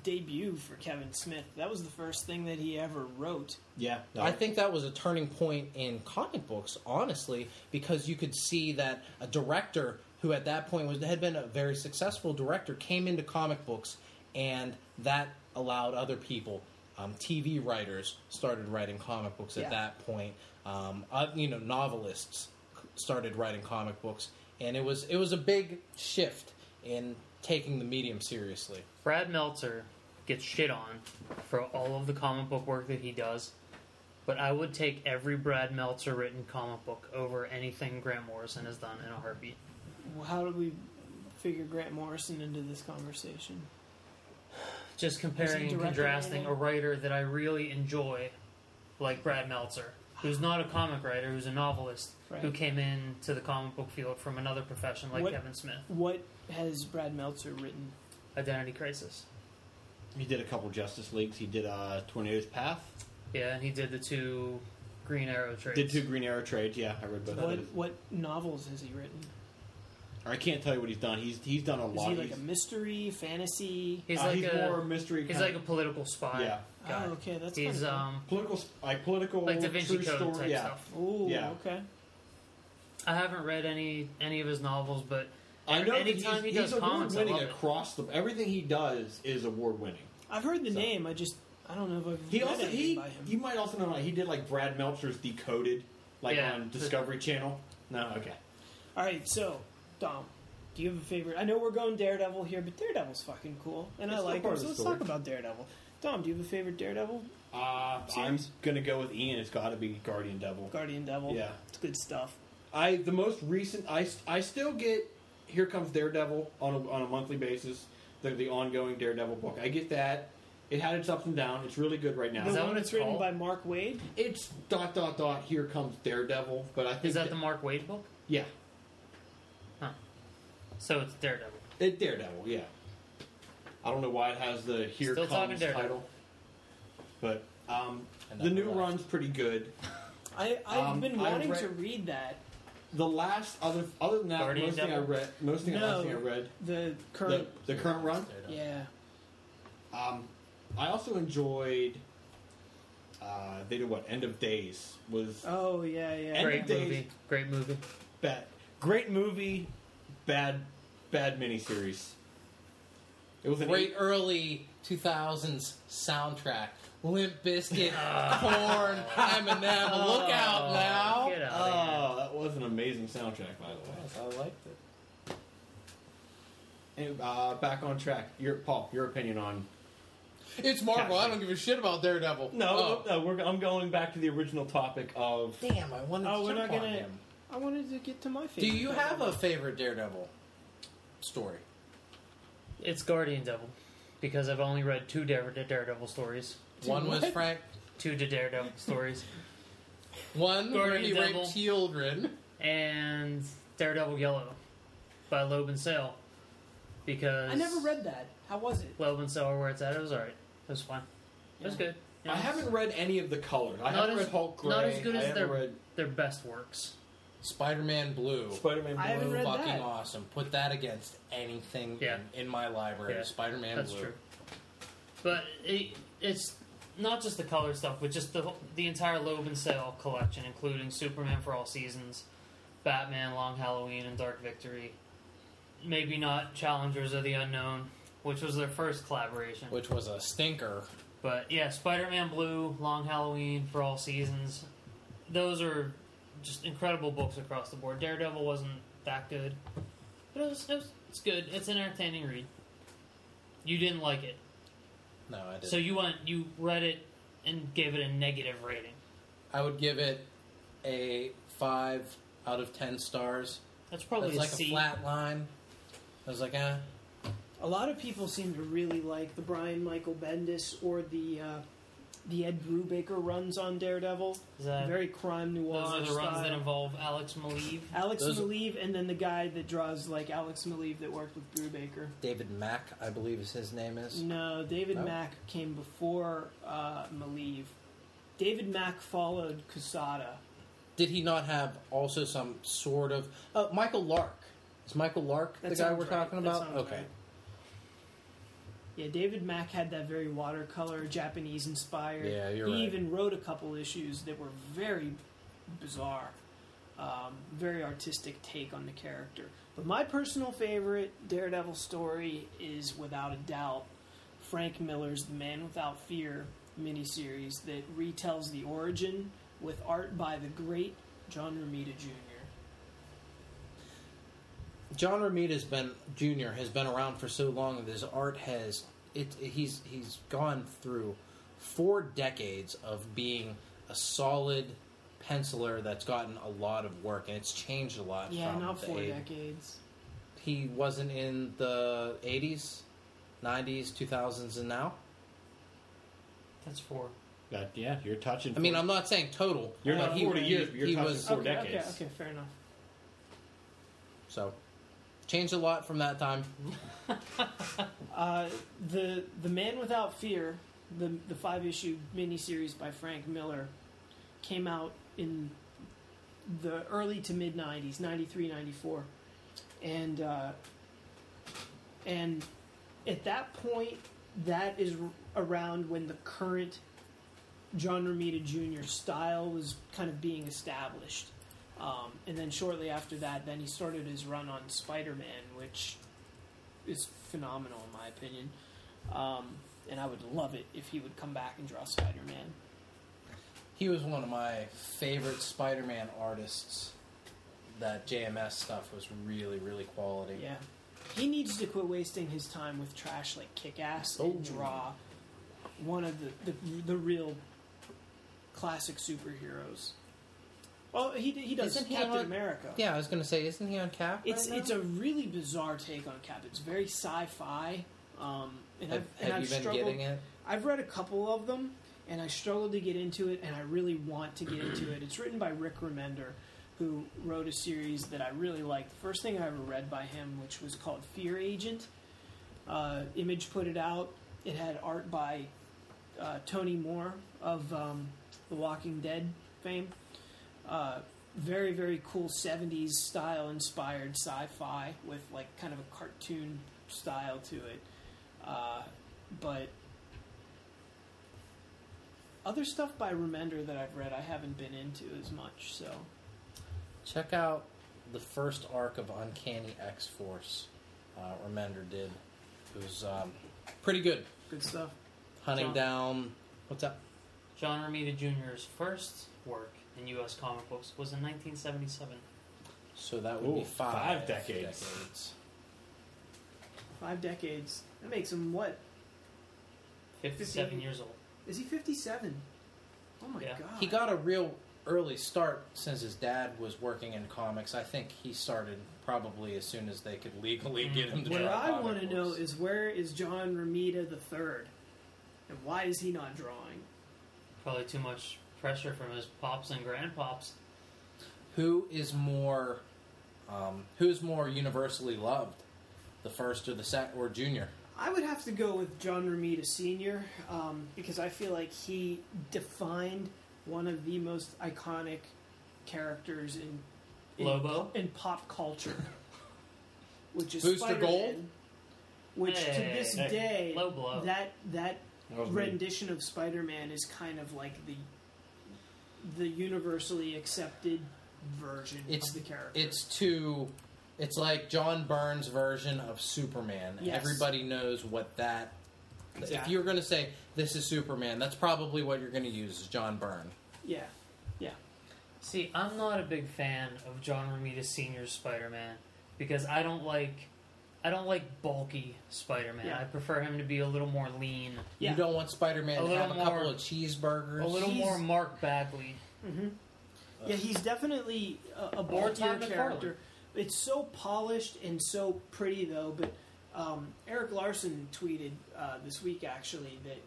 debut for Kevin Smith. That was the first thing that he ever wrote. yeah, no. I think that was a turning point in comic books, honestly, because you could see that a director who at that point was had been a very successful director came into comic books, and that allowed other people. Um, TV writers started writing comic books at Yeah. that point. Um, uh, you know, novelists c- started writing comic books, and it was it was a big shift in taking the medium seriously. Brad Meltzer gets shit on for all of the comic book work that he does, but I would take every Brad Meltzer written comic book over anything Grant Morrison has done in a heartbeat. Well, How did we figure Grant Morrison into this conversation? Just Was he comparing and directing contrasting a anything? writer that I really enjoy, like Brad Meltzer, who's not a comic writer, who's a novelist, who Right. came into the comic book field from another profession like What- Kevin Smith. What has Brad Meltzer written? Identity Crisis. he did a couple Justice Leagues. He did uh, Tornado's Path. Yeah, and he did the two Green Arrow trades. Did two Green Arrow trades. Yeah, I read both. of What those. what novels has he written? Or I can't tell you what he's done. He's he's done a Is lot. he like a he's, mystery, fantasy? He's uh, like he's a more mystery. he's kind like a of- political spy. yeah, guy. Oh, okay, that's He's kinda um political, sp- like political, like Da Vinci true Code story. type yeah, stuff. cool. Ooh, yeah. okay. I haven't read any any of his novels, but I know. that anytime he's, he does he's comics, I award winning love it. across the everything he does is award winning. I've heard the So- name. I just I don't know if I've He read also anything he by him. you might also know like, he did like Brad Meltzer's Decoded, like Yeah. on Discovery Channel. No, okay. All right, so Dom, do you have a favorite? I know we're going Daredevil here, but Daredevil's fucking cool, and I It's like still him. part of So the let's story. talk about Daredevil. Dom, do you have a favorite Daredevil? Uh, I'm Series? gonna go with Ian. It's got to be Guardian Devil. Guardian Devil. Yeah. it's good stuff. I the most recent I, I still get Here Comes Daredevil on a, on a monthly basis. The, the ongoing Daredevil book. I get that. It had its ups and downs. It's really good right now. Is the that one what that's it's written called? by Mark Wade. It's dot dot dot. Here comes Daredevil. But I think is that the Mark Wade book? yeah, So it's Daredevil. it Daredevil. Yeah. I don't know why it has the Here Still talking Comes Daredevil. title, but um, And the that new left. run's pretty good. I I've Um, been I've wanting read- to read that. The last other other than that, Guardian most thing I Devil? read, most thing No. last thing I read, The the, current. the current run. yeah. Um, I also enjoyed. Uh, they did what? End of Days was Oh yeah, yeah. End of Great Days. movie. Great movie. bad. Great movie, bad, bad miniseries. It was an Great eight- early 2000s soundtrack. Limp Biscuit, Corn, Eminem. Look out now. Get out of here. Oh, that was an amazing soundtrack, by the way. I liked it. And, uh, back on track. Your Paul, your opinion on? It's Marvel. I don't give a shit about Daredevil. No, Oh. no, we're, I'm going back to the original topic of. Damn, I wanted Oh, to we're jump not on gonna- him. I wanted to get to my Do favorite. you have Daredevil. a favorite Daredevil story? It's Guardian Devil, because I've only read two Dare- Daredevil stories. Dude, one was what? Frank. Two Daredevil stories. One where Guardian he Devil. raped children. And Daredevil Yellow by Loeb and Sale, because. I never read that. How was it? Loeb and Sale are where it's at. It was alright. It was fun. It was Yeah. good. You I know, haven't read any of the colors. I Not haven't as- read Hulk Gray. not as good I as haven't their- read Their best works. Spider-Man Blue. Spider-Man. I Blue. haven't Blue, read fucking that. awesome. Put that against anything Yeah. in, in my library. Yeah, Spider-Man That's Blue. true. But it, it's not just the color stuff, but just the whole- the entire Loeb and Sale collection, including Superman for All Seasons, Batman, Long Halloween, and Dark Victory. Maybe not Challengers of the Unknown, which was their first collaboration. Which was a stinker. But yeah, Spider Man Blue, Long Halloween for All Seasons. Those are just incredible books across the board. Daredevil wasn't that good, but it was, it was it's good. It's an entertaining read. You didn't like it. No, I didn't. So you went, you read it and gave it a negative rating. I would give it a five out of ten stars. That's probably It's like a a C. flat line. I was like, eh. A lot of people seem to really like the Brian Michael Bendis or the uh, the Ed Brubaker runs on Daredevil. Is that- Very crime noir those are the style. runs that involve Alex Maleev. Alex Those- Maleev, and then the guy that draws like Alex Maleev that worked with Brubaker. David Mack, I believe is his name is. No, David No? Mack came before uh, Maleev. David Mack followed Casada. Did he not have also some sort of uh, Michael Lark? Is Michael Lark That the guy sounds we're right. talking That about? sounds Okay. right. Yeah, David Mack had that very watercolor, Japanese inspired. Yeah, you're he right. even wrote a couple issues that were very bizarre, um, very artistic take on the character. But my personal favorite Daredevil story is, without a doubt, Frank Miller's The Man Without Fear miniseries that retells the origin with art by the great John Romita Jr. John Romita's been Jr. has been around for so long that his art has it. He's he's gone through four decades of being a solid penciler that's gotten a lot of work and it's changed a lot. Yeah, Uh, from not the four eight- decades. He wasn't in the eighties, nineties, two thousands, and now. That's four. That, yeah, you're touching. I mean, I'm not saying total. You're but not he- 40 he- years, but you're he touching was Four okay, decades. okay, okay, fair enough. so changed a lot from that time. Uh, the the Man Without Fear, the the five issue miniseries by Frank Miller, came out in the early to mid '90s, '93, '94, and uh, and at that point, that is r- around when the current John Romita Jr. style was kind of being established. Um, and then shortly after that, then he started his run on Spider-Man, which is phenomenal in my opinion. Um, and I would love it if he would come back and draw Spider Man. He was one of my favorite Spider-Man artists. That JMS stuff was really, really quality. Yeah. He needs to quit wasting his time with trash like Kick Ass and Oh. draw one of the, the, the real classic superheroes. Well, he, he does Isn't he Captain on- America. Yeah, I was gonna say, isn't he on Cap? It's, right now? it's a really bizarre take on Cap. It's very sci fi. Um, and Have, I've, and have I've you been struggled, getting it? I've read a couple of them, and I struggled to get into it, and I really want to get into it. It's written by Rick Remender, who wrote a series that I really liked. The first thing I ever read by him, which was called Fear Agent, uh, Image put it out. It had art by uh, Tony Moore of um, The Walking Dead fame. Uh, very very cool 70s style inspired sci-fi with like kind of a cartoon style to it uh, but other stuff by Remender that I've read I haven't been into as much. So Check out the first arc of Uncanny X Force. Uh, Remender did. It was um, pretty good. good stuff. Hunting John. down. What's up? John Romita Jr.'s first work in U.S. comic books was in 1977. So that would be Ooh, five, five decades. decades. Five decades. That makes him what? 57 Fifty- years old. Is he fifty-seven? Oh my Yeah. god! He got a real early start since his dad was working in comics. I think he started probably as soon as they could legally get him to What draw I comic want to know books. is where is John Romita the third, and why is he not drawing? Probably too much pressure from his pops and grandpops. who is more um, who is more universally loved, the first or the sec or junior? I would have to go with John Romita Sr. Um, because I feel like he defined one of the most iconic characters in, in Lobo? in pop culture, which is Booster Spider-Man, Gold? Which to Hey, this hey, day, low blow. that that That was me. rendition of Spider-Man is kind of like the the universally accepted version It's- of the character. It's too. It's like John Burns' version of Superman. Yes. Everybody knows what that. If Exactly. you're going to say this is Superman, that's probably what you're going to use is John Byrne. yeah, See, I'm not a big fan of John Romita Sr.'s Spider-Man because I don't like I don't like bulky Spider-Man. Yeah. I prefer him to be a little more lean, yeah. You don't want Spider-Man A to have a little couple more- of cheeseburgers. a little He's- more Mark Bagley. hmm Yeah, he's definitely a, a Or bulkier Tom character. It's so polished and so pretty, though. But um, Eric Larson tweeted uh, this week actually that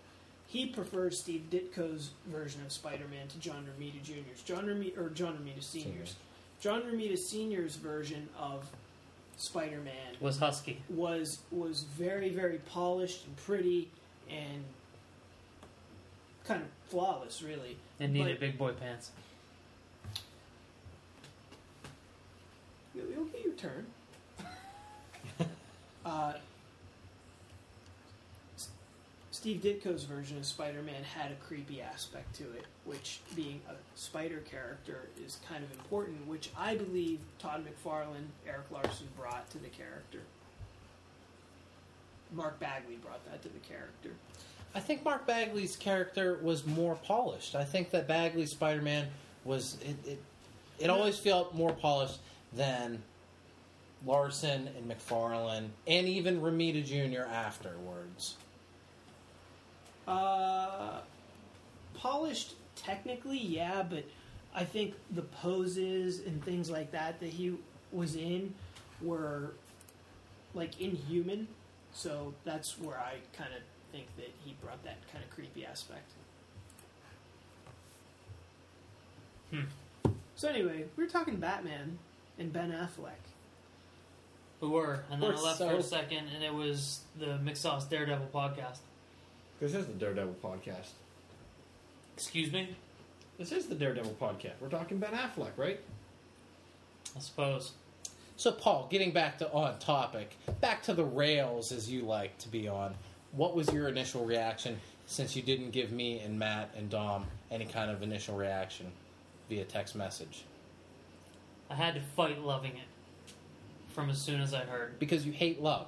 he prefers Steve Ditko's version of Spider-Man to John Romita Jr.'s. John Romita or John Romita Sr.'s. John Romita Sr.'s version of Spider-Man Was husky. was was very very polished and pretty and kind of flawless, really. And needed But- big boy pants. You'll, you'll get your turn. uh, S- Steve Ditko's version of Spider-Man had a creepy aspect to it, which being a spider character is kind of important, which I believe Todd McFarlane, Eric Larson brought to the character. Mark Bagley brought that to the character. I think Mark Bagley's character was more polished. I think that Bagley's Spider-Man was it. It, it always felt more polished than Larson and McFarlane, and even Ramita Jr. afterwards. Uh, polished technically, yeah, but I think the poses and things like that that he was in were like inhuman. So that's where I kind of think that he brought that kind of creepy aspect. Hmm. So anyway, we were talking Batman and Ben Affleck. We were, and then Or I left so. for a second, and it was the Mixos Daredevil podcast. This is the Daredevil podcast. Excuse me. This is the Daredevil podcast. We're talking Ben Affleck, right? I suppose. So, Paul, getting back to on topic, back to the rails as you like to be on. What was your initial reaction since you didn't give me and Matt and Dom any kind of initial reaction via text message? I had to fight loving it from as soon as I heard, Because you hate love.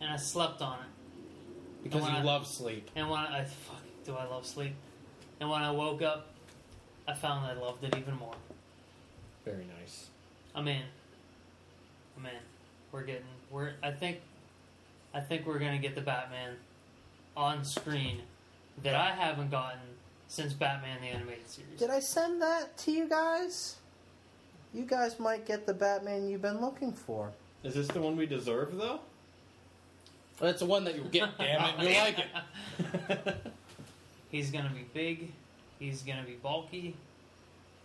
and I slept on it. Because when you I- love sleep. And when I fuck, do I love sleep? And when I woke up, I found I loved it even more. Very nice. I'm in. I'm in. We're getting. We're. I think. I think we're gonna get the Batman on screen that I haven't gotten since Batman the Animated Series. I send that to you guys? You guys might get the Batman you've been looking for. Is this the one we deserve, though? That's the one that you get, damn it. You like it. He's gonna be big. He's gonna be bulky.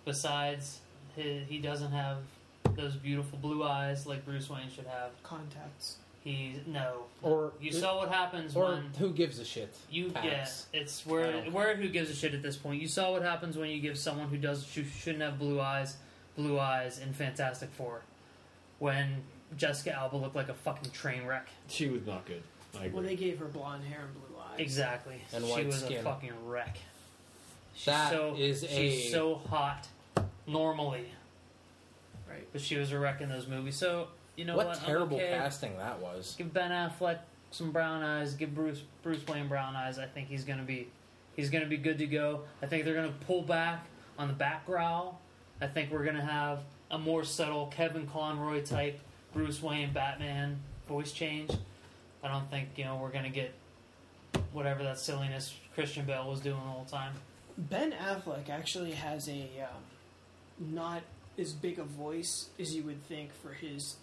Besides, he, he doesn't have those beautiful blue eyes like Bruce Wayne should have. Contacts. He no. Or You saw what happens or when who gives a shit? you Pass. get. It's I where don't where who gives a shit at this point. You saw what happens when you give someone who does who shouldn't have blue eyes, blue eyes in Fantastic Four, when Jessica Alba looked like a fucking train wreck. She was not good. I agree. Well, they gave her blonde hair and blue eyes. Exactly. And she white was a skin. fucking wreck. She's That so, is she's a- so hot normally, Right. but she was a wreck in those movies. So you know what what? I'm terrible okay. casting that was. Give Ben Affleck some brown eyes. Give Bruce Bruce Wayne brown eyes. I think he's gonna be he's gonna be good to go. I think they're gonna pull back on the back growl. I think we're gonna have a more subtle Kevin Conroy type Bruce Wayne Batman voice change. I don't think you know we're gonna get whatever that silliness Christian Bale was doing the whole time. Ben Affleck actually has a um, not as big a voice as you would think for his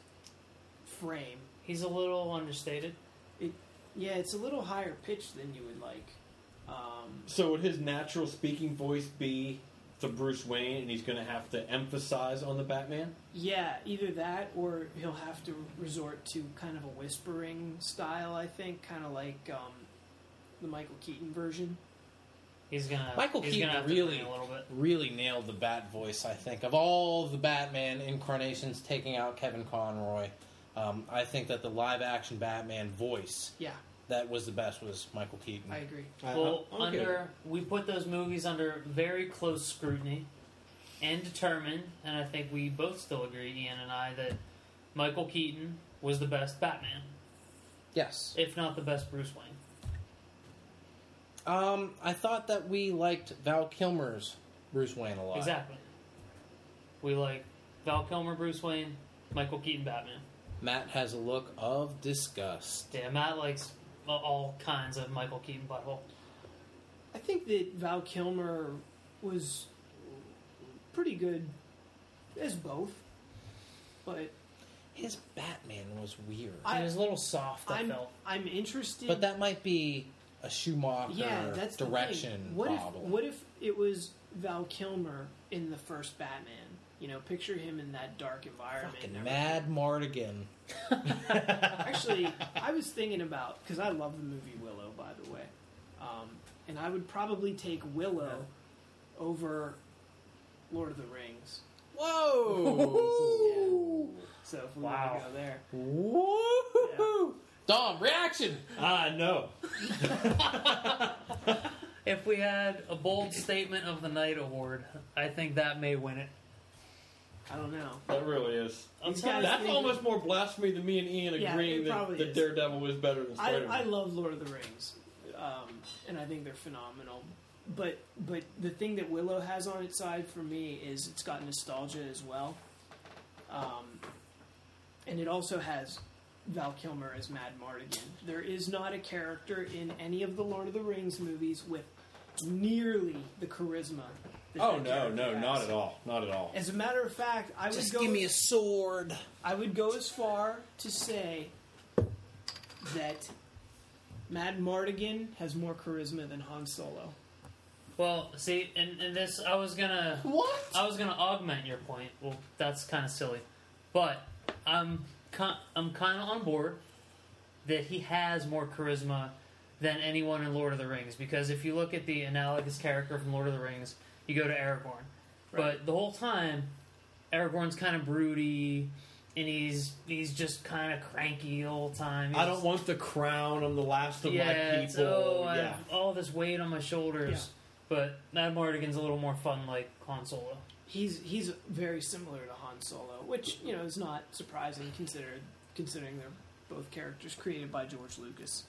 frame. He's a little understated. Yeah, it's a little higher pitched than you would like. Um, So would his natural speaking voice be the Bruce Wayne, and he's going to have to emphasize on the Batman? yeah, either that or he'll have to resort to kind of a whispering style. I think, kind of like um, the Michael Keaton version. He's gonna. Michael he's Keaton gonna have to really- bring it a little bit. Really nailed the bat voice, I think. Of all the Batman incarnations taking out Kevin Conroy, um, I think that the live action Batman voice Yeah, that was the best was Michael Keaton. I agree. Well, I'm Uh-huh. okay with under we put those movies under very close scrutiny and determined, and I think we both still agree, Ian and I, that Michael Keaton was the best Batman, yes. if not the best Bruce Wayne. Um, I thought that we liked Val Kilmer's Bruce Wayne a lot. Exactly. We like Val Kilmer, Bruce Wayne, Michael Keaton, Batman. Matt has a look of disgust. Yeah, Matt likes a- all kinds of Michael Keaton butthole. I think that Val Kilmer was pretty good as both, but His Batman was weird. I- he was a little soft. I I'm felt. I'm interested. but that might be a Schumacher yeah, that's the direction thing. What problem. if what if it was Val Kilmer in the first Batman? You know, picture him in that dark environment. and Fucking everything. Mad Mardigan. Actually, I was thinking about because I love the movie Willow, by the way, um, and I would probably take Willow over Lord of the Rings. Whoa! So if we Wow. want to go there, Woo! Dom, reaction! Ah, no. If we had a bold statement of the night award, I think that may win it. I don't know. That really is. I'm These telling guys- you, That's almost more blasphemy than me and Ian Yeah, agreeing it that, probably that is. Daredevil is better than I, Spider I Man. love Lord of the Rings, um, and I think they're phenomenal. But but the thing that Willow has on its side for me is it's got nostalgia as well, um, and it also has Val Kilmer as Mad Mardigan. There is not a character in any of the Lord of the Rings movies with nearly the charisma. that Oh that no, character no, has. not at all, not at all. As a matter of fact, I Just would go. give me a sword. I would go as far to say that Matt Mardigan has more charisma than Han Solo. Well, see, and, and this, I was gonna, What? I was gonna augment your point. Well, that's kind of silly, but I'm, ki- I'm kind of on board that he has more charisma than anyone in Lord of the Rings because if you look at the analogous character from Lord of the Rings, you go to Aragorn, but the whole time, Aragorn's kind of broody. And he's he's just kind of cranky all the time. I He's- don't want the crown. I'm the last of my yeah, people. it's, oh, I yeah. have all this weight on my shoulders. But Mad Mardigan's a little more fun, like Han Solo. He's he's very similar to Han Solo, which you know is not surprising considered considering they're both characters created by George Lucas.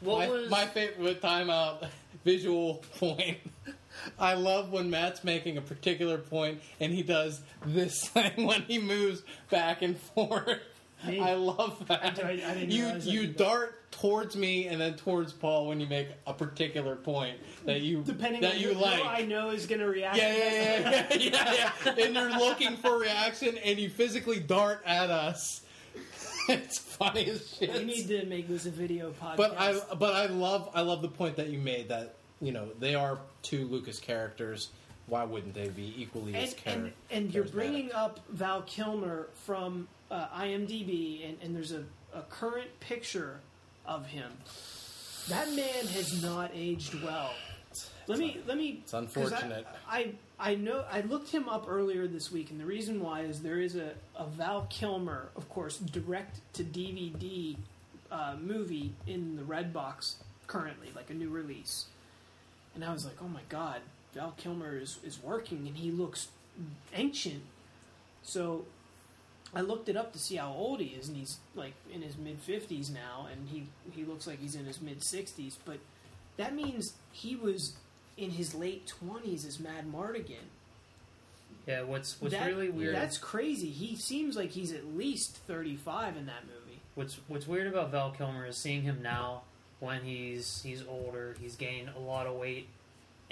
What my, was my favorite timeout visual point. I love when Matt's making a particular point and he does this thing when he moves back and forth. Me? I love that. I- I didn't you realize I you could do dart towards me and then towards Paul when you make a particular point that you Depending that on you who like. I know is going to react. Yeah, yeah, yeah, yeah, yeah, yeah. And you're looking for reaction, and you physically dart at us. It's funny as shit. We need to make this a video podcast. But I but I love I love the point that you made that you know they are two Lucas characters. Why wouldn't they be equally as and, and, characters? and you're bringing up Val Kilmer from uh, IMDb, and, and there's a, a current picture of him. That man has not aged well. Let me let me. It's unfortunate. I, I I know I looked him up earlier this week, and the reason why is there is a, a Val Kilmer, of course, direct to DVD uh, movie in the red box currently, like a new release. And I was like, oh my god, Val Kilmer is, is working and he looks ancient. So I looked it up to see how old he is, and he's like in his mid 50s now, and he, he looks like he's in his mid 60s. But that means he was in his late 20s as Mad Mardigan. yeah? What's what's That- really weird? That's crazy. He seems like he's at least 35 in that movie. What's what's weird about Val Kilmer is seeing him now when he's he's older. He's gained a lot of weight.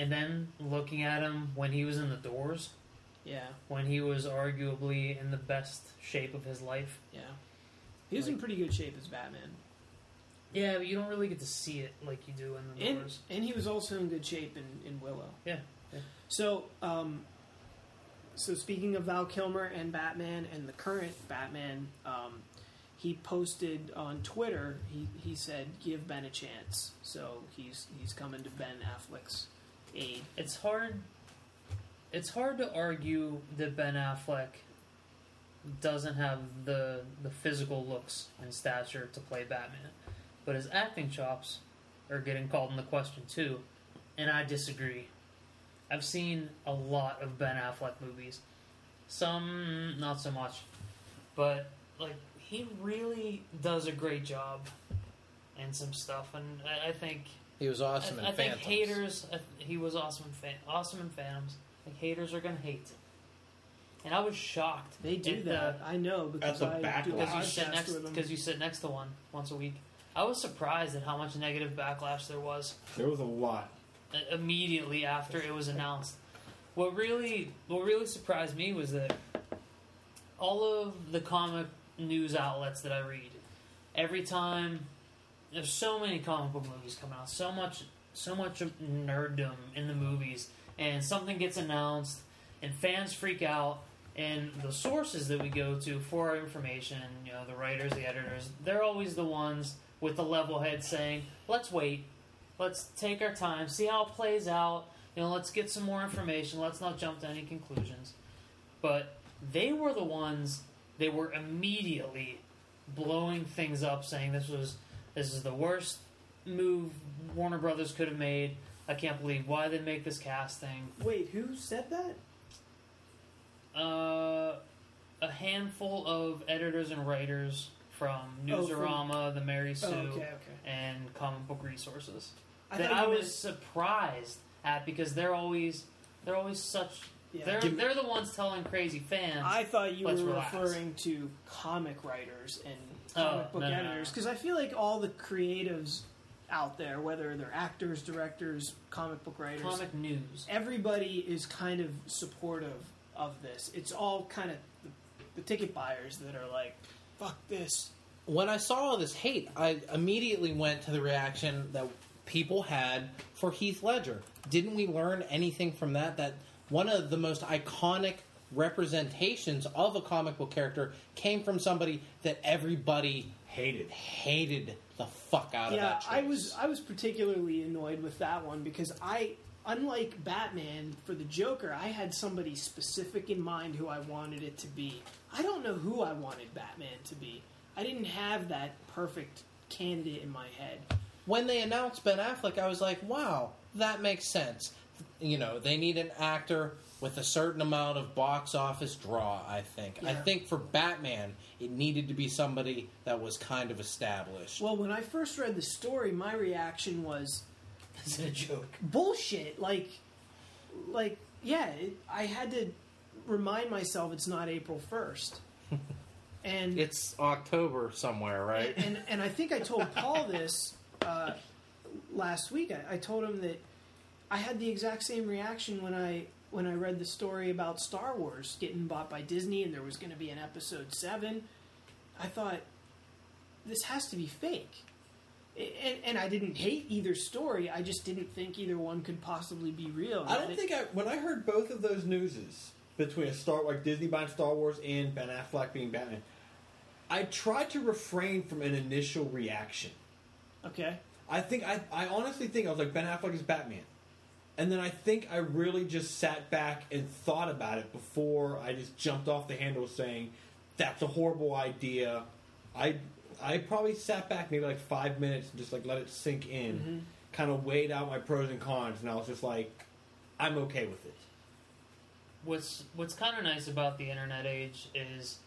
and then looking at him when he was in the doors, Yeah, when he was arguably in the best shape of his life. yeah. He was in pretty good shape as Batman, Yeah, but you don't really get to see it like you do in the and doors. and he was also in good shape in, in Willow. Yeah, yeah. So, um, so speaking of Val Kilmer and Batman and the current Batman, um, he posted on Twitter. He, he said, "Give Ben a chance." So he's he's coming to Ben Affleck's aid. It's hard. It's hard to argue that Ben Affleck doesn't have the the physical looks and stature to play Batman, but his acting chops are getting called into question too, and I disagree. I've seen a lot of Ben Affleck movies, some not so much, but like he really does a great job in some stuff, and I, I think He was awesome I, in I think Phantoms. haters. I, th- he was awesome in fan, awesome in Phantoms. Like haters are gonna hate. And I was shocked. They do at uh, the- that. I know because the I do a backlash. because you podcast sit next with them. because you sit next to one once a week. I was surprised at how much negative backlash there was There was a lot. uh, immediately after it was announced. What really what really surprised me was that all of the comic news outlets that I read, every time there's so many comic book movies coming out, so much so much of nerddom in the movies, and something gets announced, and fans freak out. And the sources that we go to for our information, you know, the writers, the editors, they're always the ones with the level head saying, "Let's wait, let's take our time, see how it plays out. You know, let's get some more information. Let's not jump to any conclusions. But they were the ones they were immediately blowing things up, saying this was this is the worst move Warner Brothers could have made. I can't believe why they make this casting. Wait, who said that? Uh, a handful of editors and writers from Oh, from- Newsarama, the Mary Sue, Oh, okay, okay. and comic book resources. I that I thought you was surprised at because they're always they're always such meant- yeah. they're Give- they're the ones telling crazy fans. I thought you were Let's relax. referring to comic writers and comic Oh, book no, no, no. editors because I feel like all the creatives out there, whether they're actors, directors, comic book writers, comic news. everybody is kind of supportive of this. It's all kind of the, the ticket buyers that are like, "Fuck this." when I saw all this hate, I immediately went to the reaction that people had for Heath Ledger. Didn't we learn anything from that? That one of the most iconic representations of a comic book character came from somebody that everybody Hated. hated the fuck out of. yeah that i choice. was i was particularly annoyed with that one because i unlike batman for the joker i had somebody specific in mind who i wanted it to be i don't know who i wanted batman to be i didn't have that perfect candidate in my head when they announced Ben Affleck, I was like, wow, that makes sense. You know, they need an actor with a certain amount of box office draw, I think. I Yeah. think for Batman, it needed to be somebody that was kind of established. well when i first read the story my reaction was Is it a joke? bullshit like like yeah it, i had to remind myself it's not april 1st and it's October somewhere, right? And, and and I think I told Paul this uh, last week. I, I told him that I had the exact same reaction when I when I read the story about Star Wars getting bought by Disney and there was going to be an episode seven. I thought this has to be fake. A- And, and I didn't hate either story. I just didn't think either one could possibly be real. I don't think I when I heard both of those newses between a Star like Disney buying Star Wars and Ben Affleck being Batman, I tried to refrain from an initial reaction. Okay. I think I I honestly think I was like Ben Affleck is Batman, and then I think I really just sat back and thought about it before I just jumped off the handle saying that's a horrible idea. I I probably sat back maybe like five minutes and just like let it sink in, kind of weighed out my pros and cons, and I was just like, I'm okay with it. What's what's kind of nice about the internet age is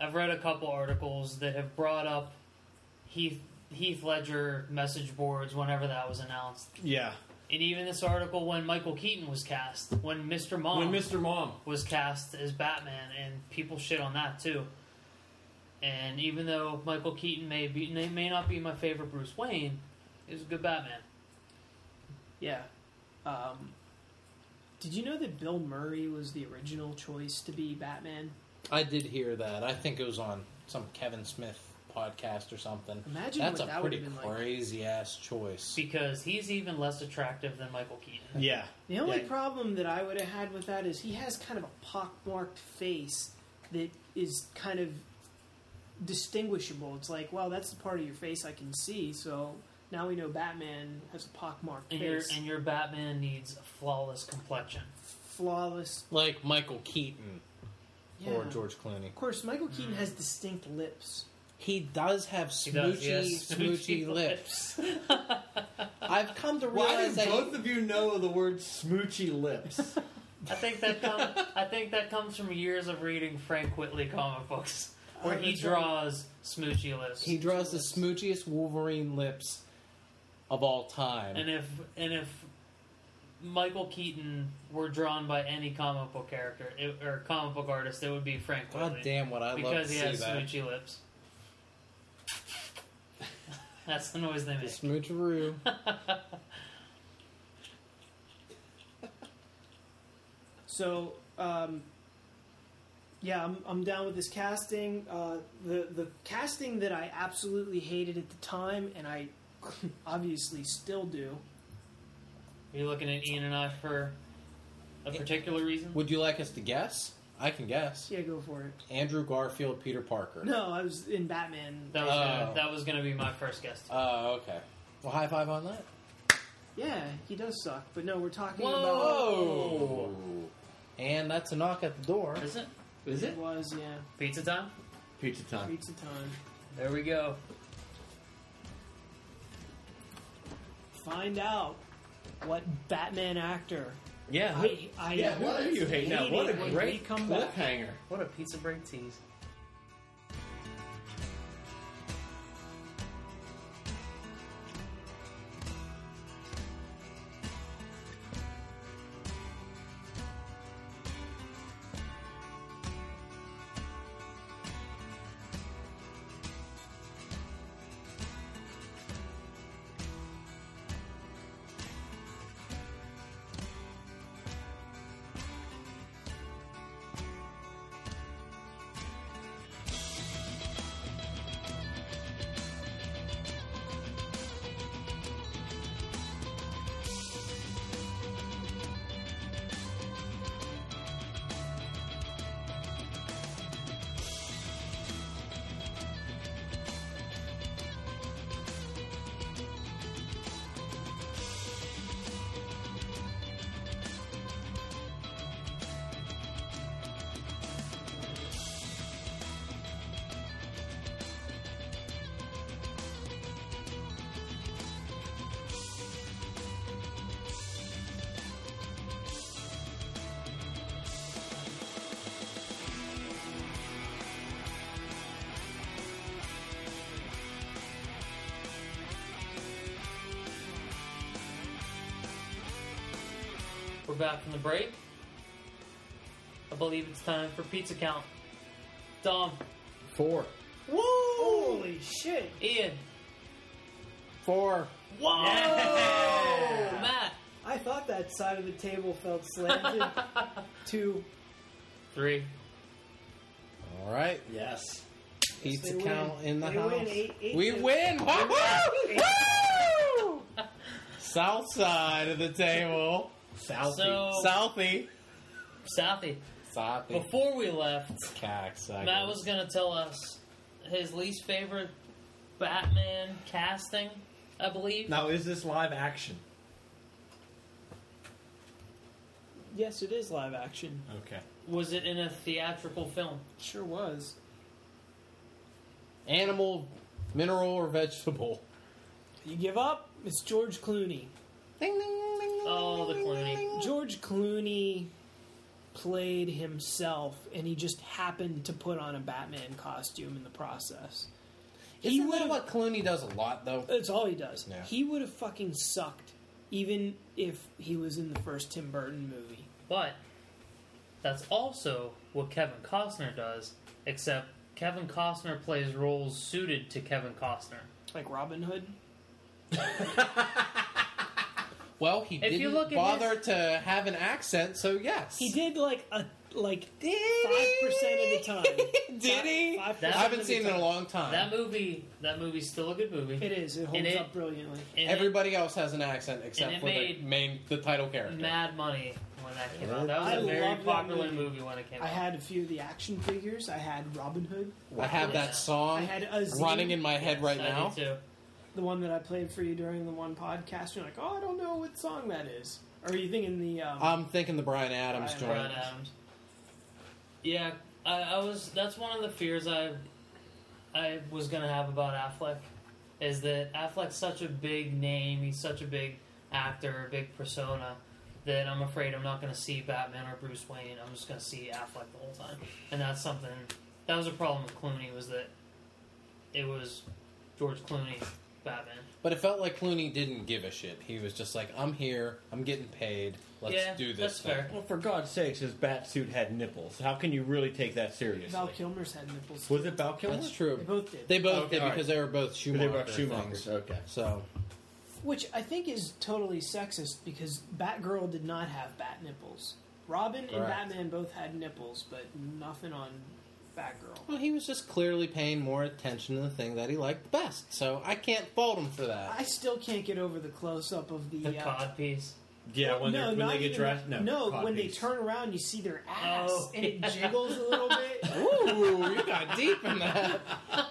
I've read a couple articles that have brought up Heath Heath Ledger message boards whenever that was announced, Yeah. and even this article when Michael Keaton was cast, when Mister Mom When Mr. Mom. was cast as Batman, and people shit on that too. And even though Michael Keaton may be may may not be my favorite Bruce Wayne, he was a good Batman. Yeah. Um, Did you know that Bill Murray was the original choice to be Batman? I did hear that. I think it was on some Kevin Smith podcast or something. Imagine That's what a that would pretty have been like. crazy ass choice. because he's even less attractive than Michael Keaton. Yeah. The only Yeah. problem that I would have had with that is he has kind of a pockmarked face that is kind of distinguishable. It's like, wow, that's the part of your face I can see. So now we know Batman has a pockmarked And your face, and your Batman needs a flawless complexion. flawless. Like Michael Keaton Yeah. or George Clooney. Of course, Michael Keaton has distinct lips. He does have He smoochy, does, yes. smoochy lips. I've come to realize that. he- of you know the word smoochy lips? I think that come, I think that comes from years of reading Frank Whitley comic books, where Oh, he that's right. draws smoochy lips. He draws the smoochiest Wolverine lips of all time. And if and if Michael Keaton were drawn by any comic book character it, or comic book artist, it would be Frank God Whitley damn, what I love because to he see has that. smoochy lips. That's the noise they The make. smoocheroo. So, um, yeah, I'm, I'm down with this casting. Uh, the the casting that I absolutely hated at the time, and I obviously still do. Are you looking at Ian and I for a particular reason? Would you like us to guess? I can guess. Yeah, go for it. Andrew Garfield, Peter Parker. No, I was in Batman. That was gonna, Oh. that was going to be my first guess. Oh, okay. Well, high five on that. Yeah, he does suck, but no, we're talking Whoa! And that's a knock at the door. Is it Is about. It was yeah, pizza time? Pizza time. pizza time. There we go. Find out what Batman actor. Yeah. I, I yeah, who do you hate now? What a hated when he great come back. cliffhanger. What a pizza break tease. We're back from the break. I believe it's time for pizza count. Dom, Four. Whoa! Holy shit! Ian, Four. whoa, Oh! Matt, I thought that side of the table felt slanted to three. All right. Yes. Pizza They win. count in the They house. win eight- eight we to- win. Woo! Woo! South side of the table. Southie. So- Oh. Southie. Southie. Southie. Before we left, Cocksucker. Matt was going to tell us his least favorite Batman casting, I believe. now, is this live action? Yes, it is live action. Okay. Was it in a theatrical film? Sure was. Animal, mineral, or vegetable. You give up? It's George Clooney. Ding, ding, ding, ding, Oh, the Clooney. George Clooney played himself, and he just happened to put on a Batman costume in the process. He Isn't that would've- what Clooney does a lot, though? That's all he does. Yeah. He would have fucking sucked, even if he was in the first Tim Burton movie. But that's also what Kevin Costner does, except Kevin Costner plays roles suited to Kevin Costner. Like Robin Hood. Well, he If you didn't look at bother to have an accent, so yes. He did like a like Did five he? percent of the time. Did he? Five- I five haven't percent seen of it the in a long time. That movie, that movie's still a good movie. It is. It holds And it- up brilliantly. And Everybody else has an accent and except it for the made main, the title it, character. mad money when that came out. That was I a very love that popular movie. movie. when it came I out. had a few of the action figures. I had Robin Hood. I have Yeah. that song I had a zine, running in my head right I did now. too. the one that I played for you during the one podcast. You're like, oh, I don't know what song that is. Or are you thinking the? Um, I'm thinking the Brian Adams Brian joint. Brad Adams. um, Yeah, I, I was. That's one of the fears I, I was gonna have about Affleck, is that Affleck's such a big name. He's such a big actor, a big persona, that I'm afraid I'm not gonna see Batman or Bruce Wayne. I'm just gonna see Affleck the whole time, and that's something. That was a problem with Clooney was that, it was, George Clooney, Batman. But it felt like Clooney didn't give a shit. He was just like, I'm here, I'm getting paid, let's Yeah, do this that's thing. fair. Well, for God's sakes, his bat suit had nipples. How can you really take that seriously? Val Kilmer's had nipples. Was it Val Kilmer? That's They true. both did. They both Okay, did all right. because they were both They Schumacher were Schumachers. things. Okay. So Which I think is totally sexist because Batgirl did not have bat nipples. Robin and Correct. Batman both had nipples, but nothing on Batgirl. Well, he was just clearly paying more attention to the thing that he liked best. So I can't fault him for that. I still can't get over the close up of the. The uh, cod piece. Yeah, when, no, they're when not they get even- dressed. No, no, cod when they piece. turn around, you see their ass Oh, and it yeah. jiggles a little bit. Ooh, you got deep in that.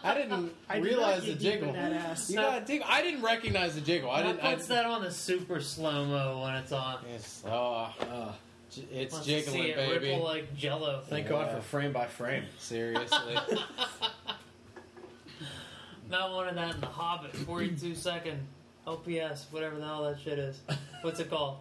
I didn't I did realize not get the deep in jiggle. that ass. You got deep. I didn't recognize the jiggle. I What didn't. I, puts that on the super slow mo when it's on? It's, oh, Uh, j- it's Wants to jiggling, see it baby. Ripple like Jello. thank Yeah. God for frame by frame. Seriously. Not one of that in The Hobbit. 42 second LPS, whatever the hell that shit is. What's it called?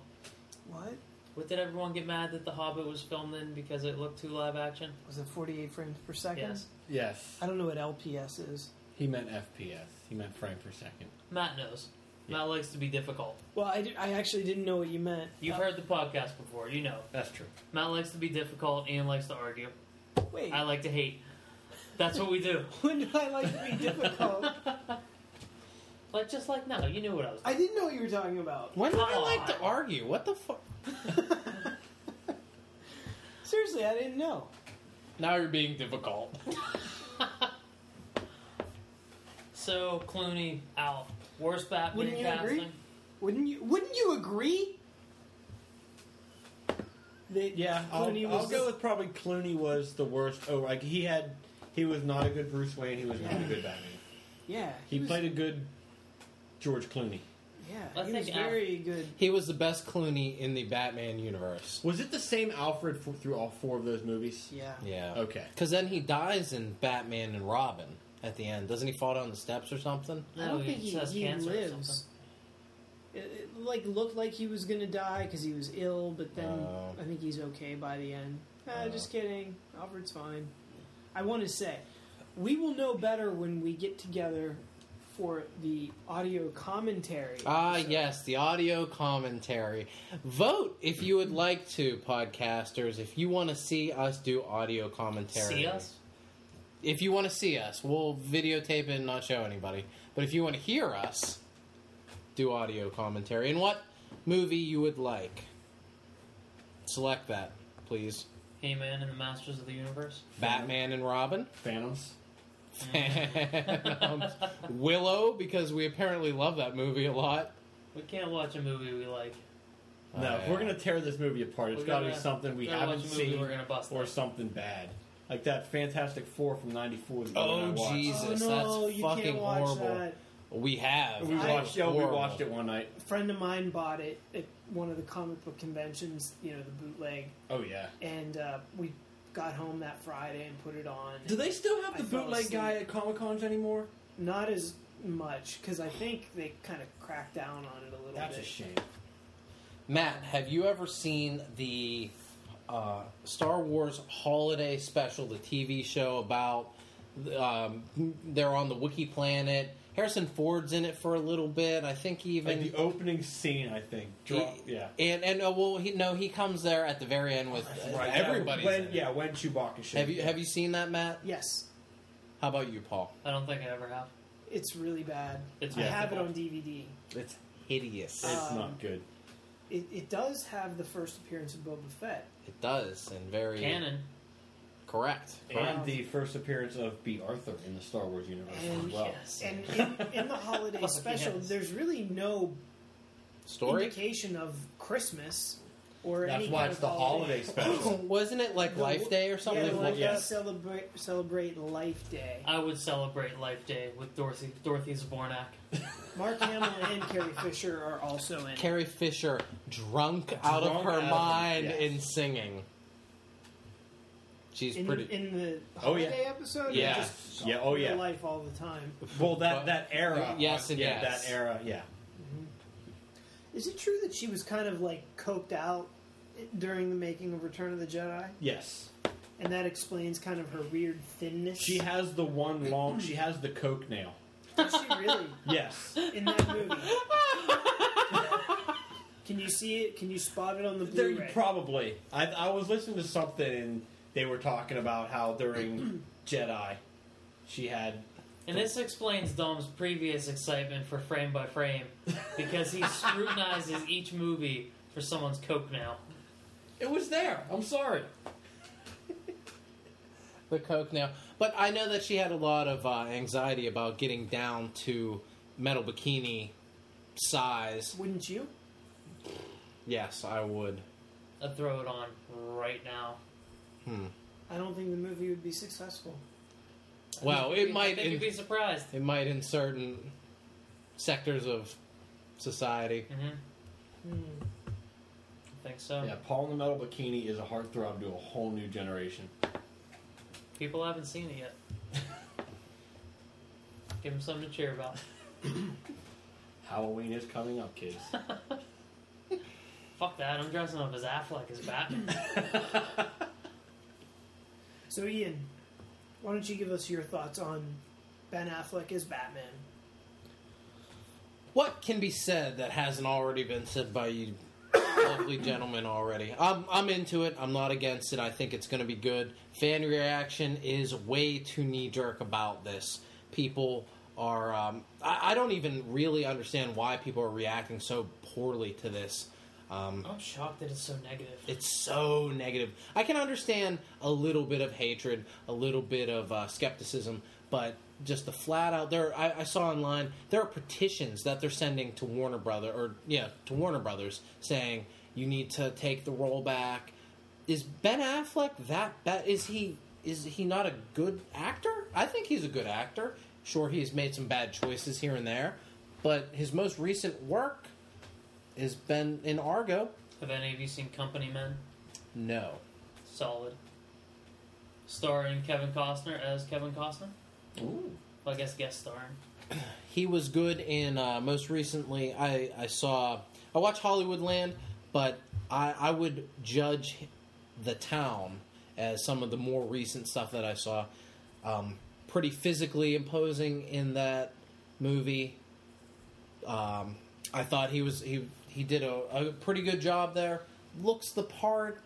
What? What did everyone get mad that The Hobbit was filmed in because it looked too live action? Was it 48 frames per second? Yes. Yes, I don't know what LPS is. he meant FPS. He meant frame per second. Matt knows. Yeah. Matt likes to be difficult. Well, I, did- I actually didn't know what you meant. You've Uh, heard the podcast before, you know. That's true. Matt likes to be difficult, Ian likes to argue. Wait, I like to hate. That's what we do. when did I like to be difficult? Like just like now, you knew what I was I didn't know what you were talking about. When do I Come like to on. argue? What the fuck? Seriously, I didn't know. Now you're being difficult. So Clooney out. Worst Batman Wouldn't you casting. agree? Wouldn't you? Wouldn't you agree? That Yeah, I'll, Clooney I'll was- go with probably Clooney was the worst. Oh, like he had, he was not a good Bruce Wayne. He was not a good Batman. Yeah, He was- played a good George Clooney. Yeah, I he think was very good. He was the best Clooney in the Batman universe. Was it the same Alfred for, through all four of those movies? Yeah. Yeah. Okay. Because then he dies in Batman and Robin at the end. Doesn't he fall down the steps or something? I No, don't think Oh, he, he, has he cancer or something. lives. It, it, like looked like he was gonna die because he was ill, but then Oh. I think he's okay by the end. Ah, Oh. Just kidding, Alfred's fine. I want to say, we will know better when we get together for the audio commentary. Ah, episode. yes, the audio commentary. Vote if you would like to, podcasters, if you want to see us do audio commentary. See us? If you want to see us, we'll videotape it and not show anybody. But if you want to hear us, do audio commentary. And what movie you would like. Select that, please. He-Man and the Masters of the Universe. Batman and Robin. Um, Phantoms. Willow, because we apparently love that movie a lot. We can't watch a movie we like. No, Oh, if yeah. we're gonna tear this movie apart, it's We got to be gotta- something we gotta haven't watch a movie seen we're gonna bust or up. something bad, like that Fantastic Four from '94. Oh, Oh, Jesus, no, that's you fucking can't watch horrible. that. We have. We I- watched. Oh, we Horrible. watched it one night. A friend of mine bought it at one of the comic book conventions. You know, the bootleg, Oh yeah. and uh, we got home that Friday and put it on. Do they still have I the fell bootleg asleep. guy at Comic Cons anymore? Not as much because I think they kind of cracked down on it a little That's bit. a shame. Matt, have you ever seen the uh, Star Wars Holiday Special, the TV show about um, they're on the Wiki Planet? Harrison Ford's in it for a little bit. I think even Like the opening scene, I think. Drop. He- yeah. and and uh, well, he, no, he comes there at the very end with Right. everybody. When, yeah, when Chewbacca shows. Have you have you seen that, Matt? Yes, How about you, Paul? I don't think I ever have. it's really bad. It's I have it mythical. on DVD. It's hideous. It's Um, not good. it, it does have the first appearance of Boba Fett. It does, and very Canon. correct. And the first appearance of B. Arthur in the Star Wars universe And- as well. yes. And in, in the holiday Oh, special, yes. there's really no Story? indication of Christmas or That's any why kind it's of the holiday special. Wasn't it like The- Life Day or something? Yeah, like like that. they celebrate celebrate Life Day. I would celebrate Life Day with Dorothy Dorothy Zbornak. Mark Hamill and Carrie Fisher are also in. it. Carrie Fisher drunk out of Drunk her out of her- mind yes. and singing. She's in, pretty. in the Oh, yeah. holiday episode. Yeah. they just Yeah, oh, real yeah. life all the time. Well, that, But- that era. Yes and yeah, yes. That era, yeah. Is it true that she was kind of like coked out during the making of Return of the Jedi, Yes. and that explains kind of her weird thinness? She has the one long, she has the Coke nail. Did she really Yes. in that movie? Can you see it? Can you spot it on the There, Blu-ray? probably. I, I was listening to something and they were talking about how during Jedi, she had. And this explains Dom's previous excitement for frame by frame, because he scrutinizes each movie for someone's coke now. It was there. I'm sorry. the coke now. But I know that she had a lot of uh, anxiety about getting down to metal bikini size. Wouldn't you? Yes, I would. I'd throw it on right now. Hmm. I don't think the movie would be successful. Well, I it might think you'd in, be surprised. it might in certain sectors of society. Mm-hmm. Hmm. I think so. Yeah, uh, Paul in the Metal Bikini is a heartthrob to a whole new generation. People haven't seen it yet. Give them something to cheer about. Halloween is coming up, kids. Fuck that! I'm dressing up as Affleck as Batman. So Ian, why don't you give us your thoughts on Ben Affleck as Batman? What can be said that hasn't already been said by you lovely gentlemen already? I'm, I'm into it. I'm not against it. I think it's going to be good. Fan reaction is way too knee jerk about this. People are. Um, I, I don't even really understand why people are reacting so poorly to this. Um, I'm shocked that it's so negative. it's so negative. I can understand a little bit of hatred, a little bit of uh, skepticism, but just the flat out there. I, I saw online there are petitions that they're sending to Warner Brother or yeah to Warner Brothers saying you need to take the role back. Is Ben Affleck that bad? Is he is he not a good actor? I think he's a good actor. Sure, he's made some bad choices here and there, but his most recent work has been in Argo. Have any of you seen Company Men? No. Solid. Starring Kevin Costner as Kevin Costner. Ooh. Well, I guess guest starring. He was good in uh, most recently. I, I saw I watched Hollywoodland, but I, I would judge the town as some of the more recent stuff that I saw. Um, pretty physically imposing in that movie. Um, I thought he was he he did a, a pretty good job there. Looks the part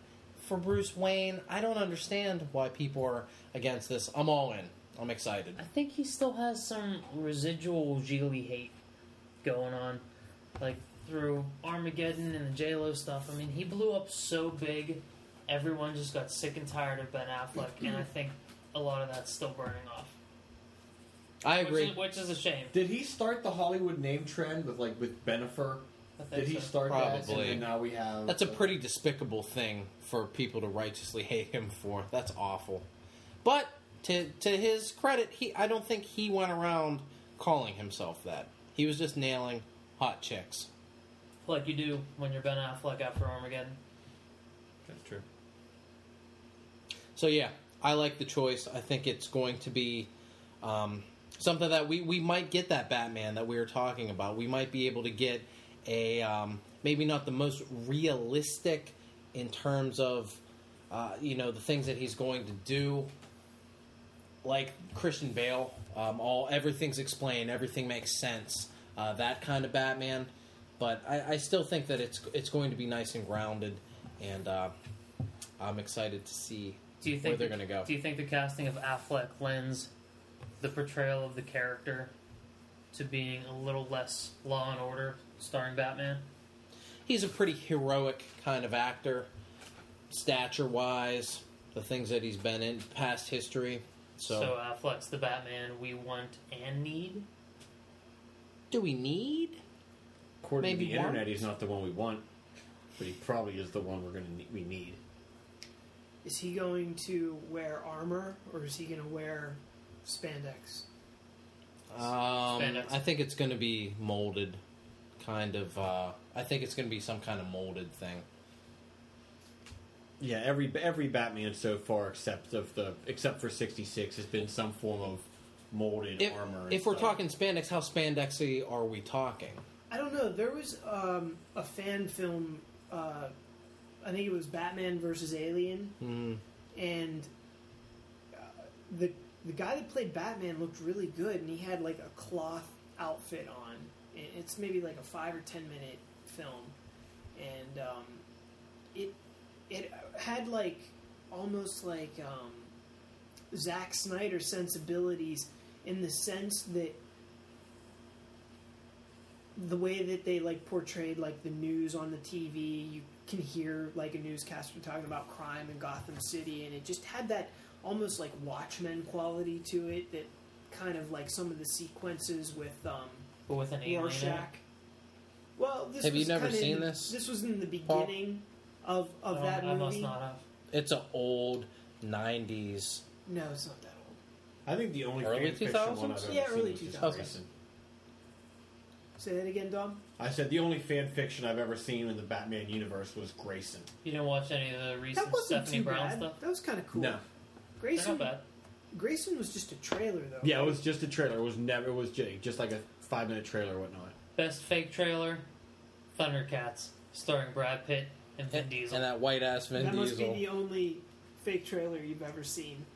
for Bruce Wayne. I don't understand why people are against this. I'm all in. I'm excited. I think he still has some residual Geely hate going on, like through Armageddon and the JLo stuff. I mean, he blew up so big, everyone just got sick and tired of Ben Affleck, and I think a lot of that's still burning off. I Which agree. is, which is a shame. Did he start the Hollywood name trend with like with Benifer? I think Did he so. start that? And Probably. then now we have That's a pretty despicable thing for people to righteously hate him for. That's awful. But to to his credit, he I don't think he went around calling himself that. He was just nailing hot chicks. like you do when you're Ben Affleck after Armageddon. That's true. So yeah, I like the choice. I think it's going to be um, something that we, we might get that Batman that we were talking about. We might be able to get a um, maybe not the most realistic in terms of uh, you know the things that he's going to do, like Christian Bale. Um, all everything's explained, everything makes sense. Uh, that kind of Batman. But I, I still think that it's it's going to be nice and grounded, and uh, I'm excited to see Do you where think they're the- going to go. Do you think the casting of Affleck lends the portrayal of the character to being a little less Law and Order starring Batman? he's a pretty heroic kind of actor, stature wise, the things that he's been in past history. So, So, Affleck's the Batman we want and need. do we need? According Maybe to the one? internet, he's not the one we want, but he probably is the one we're gonna ne- we need. Is he going to wear armor or is he going to wear spandex? Um, Spandex. I think it's going to be molded, kind of. Uh, I think it's going to be some kind of molded thing. Yeah, every every Batman so far, except of the except for sixty six, has been some form of molded If, armor. and if we're stuff. talking spandex, how spandexy are we talking? I don't know. There was um, a fan film. Uh, I think it was Batman versus Alien, Mm, and uh, the the guy that played Batman looked really good, and he had like a cloth outfit on. And it's maybe like a five or ten minute film, and um, it it had like almost like um, Zack Snyder sensibilities in the sense that the way that they like portrayed like the news on the TV, you can hear like a newscaster talking about crime in Gotham City, and it just had that almost like Watchmen quality to it. That kind of like some of the sequences with um, But with an alien. in it. Rorschach. Well, this Have you was never kinda in seen the- this, This was in the Paul? beginning of of No, that Um, I movie. must not have. it's an old '90s. No, it's not that old. I think the only Early fan fiction one I've 2000s? ever Yeah, seen early is just 2000s. recent. Say that again, Dom. I said the only fan fiction I've ever seen in the Batman universe was Grayson. You didn't watch any of the recent That wasn't Stephanie too Brown bad. stuff? That was kind of cool. No, They're not Grayson. bad. Grayson was just a trailer though. yeah, it was just a trailer. It was never. It was ju- just like a five minute trailer or whatnot. Best fake trailer Thundercats, starring Brad Pitt and Vin And, Diesel. and that white ass Vin that must Diesel. be the only fake trailer you've ever seen.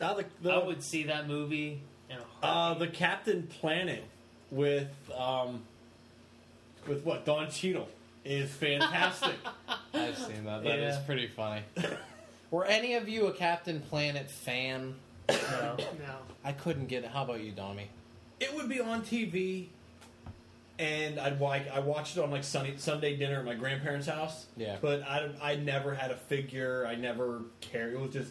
Uh, the, the, I would see that movie in a uh, heartbeat. the Captain Planet with um, with what Don Cheadle is fantastic. I've seen that. That is Yeah. pretty funny. Were any of you a Captain Planet fan? No. No. I couldn't get it. How about you, Dommy? it would be on TV, and I'd like I watched it on like Sunday Sunday dinner at my grandparents' house. Yeah. but I I never had a figure. I never cared. It was just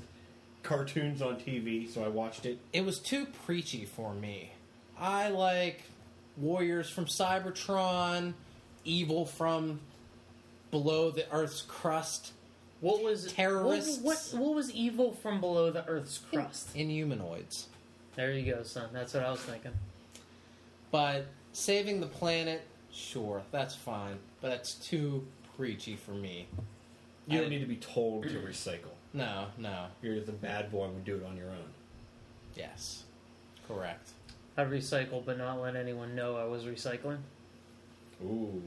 cartoons on TV, so I watched it. It was too preachy for me. I like warriors from Cybertron, evil from below the Earth's crust, What was Terrorists. What, what, what was evil from below the Earth's crust? inhumanoids. There you go, son. That's what I was thinking. But saving the planet, sure, that's fine. But that's too preachy for me. You I didn't- don't need to be told to recycle. No, no. You're the bad boy and do it on your own. Yes. Correct. I recycle, but not let anyone know I was recycling. Ooh,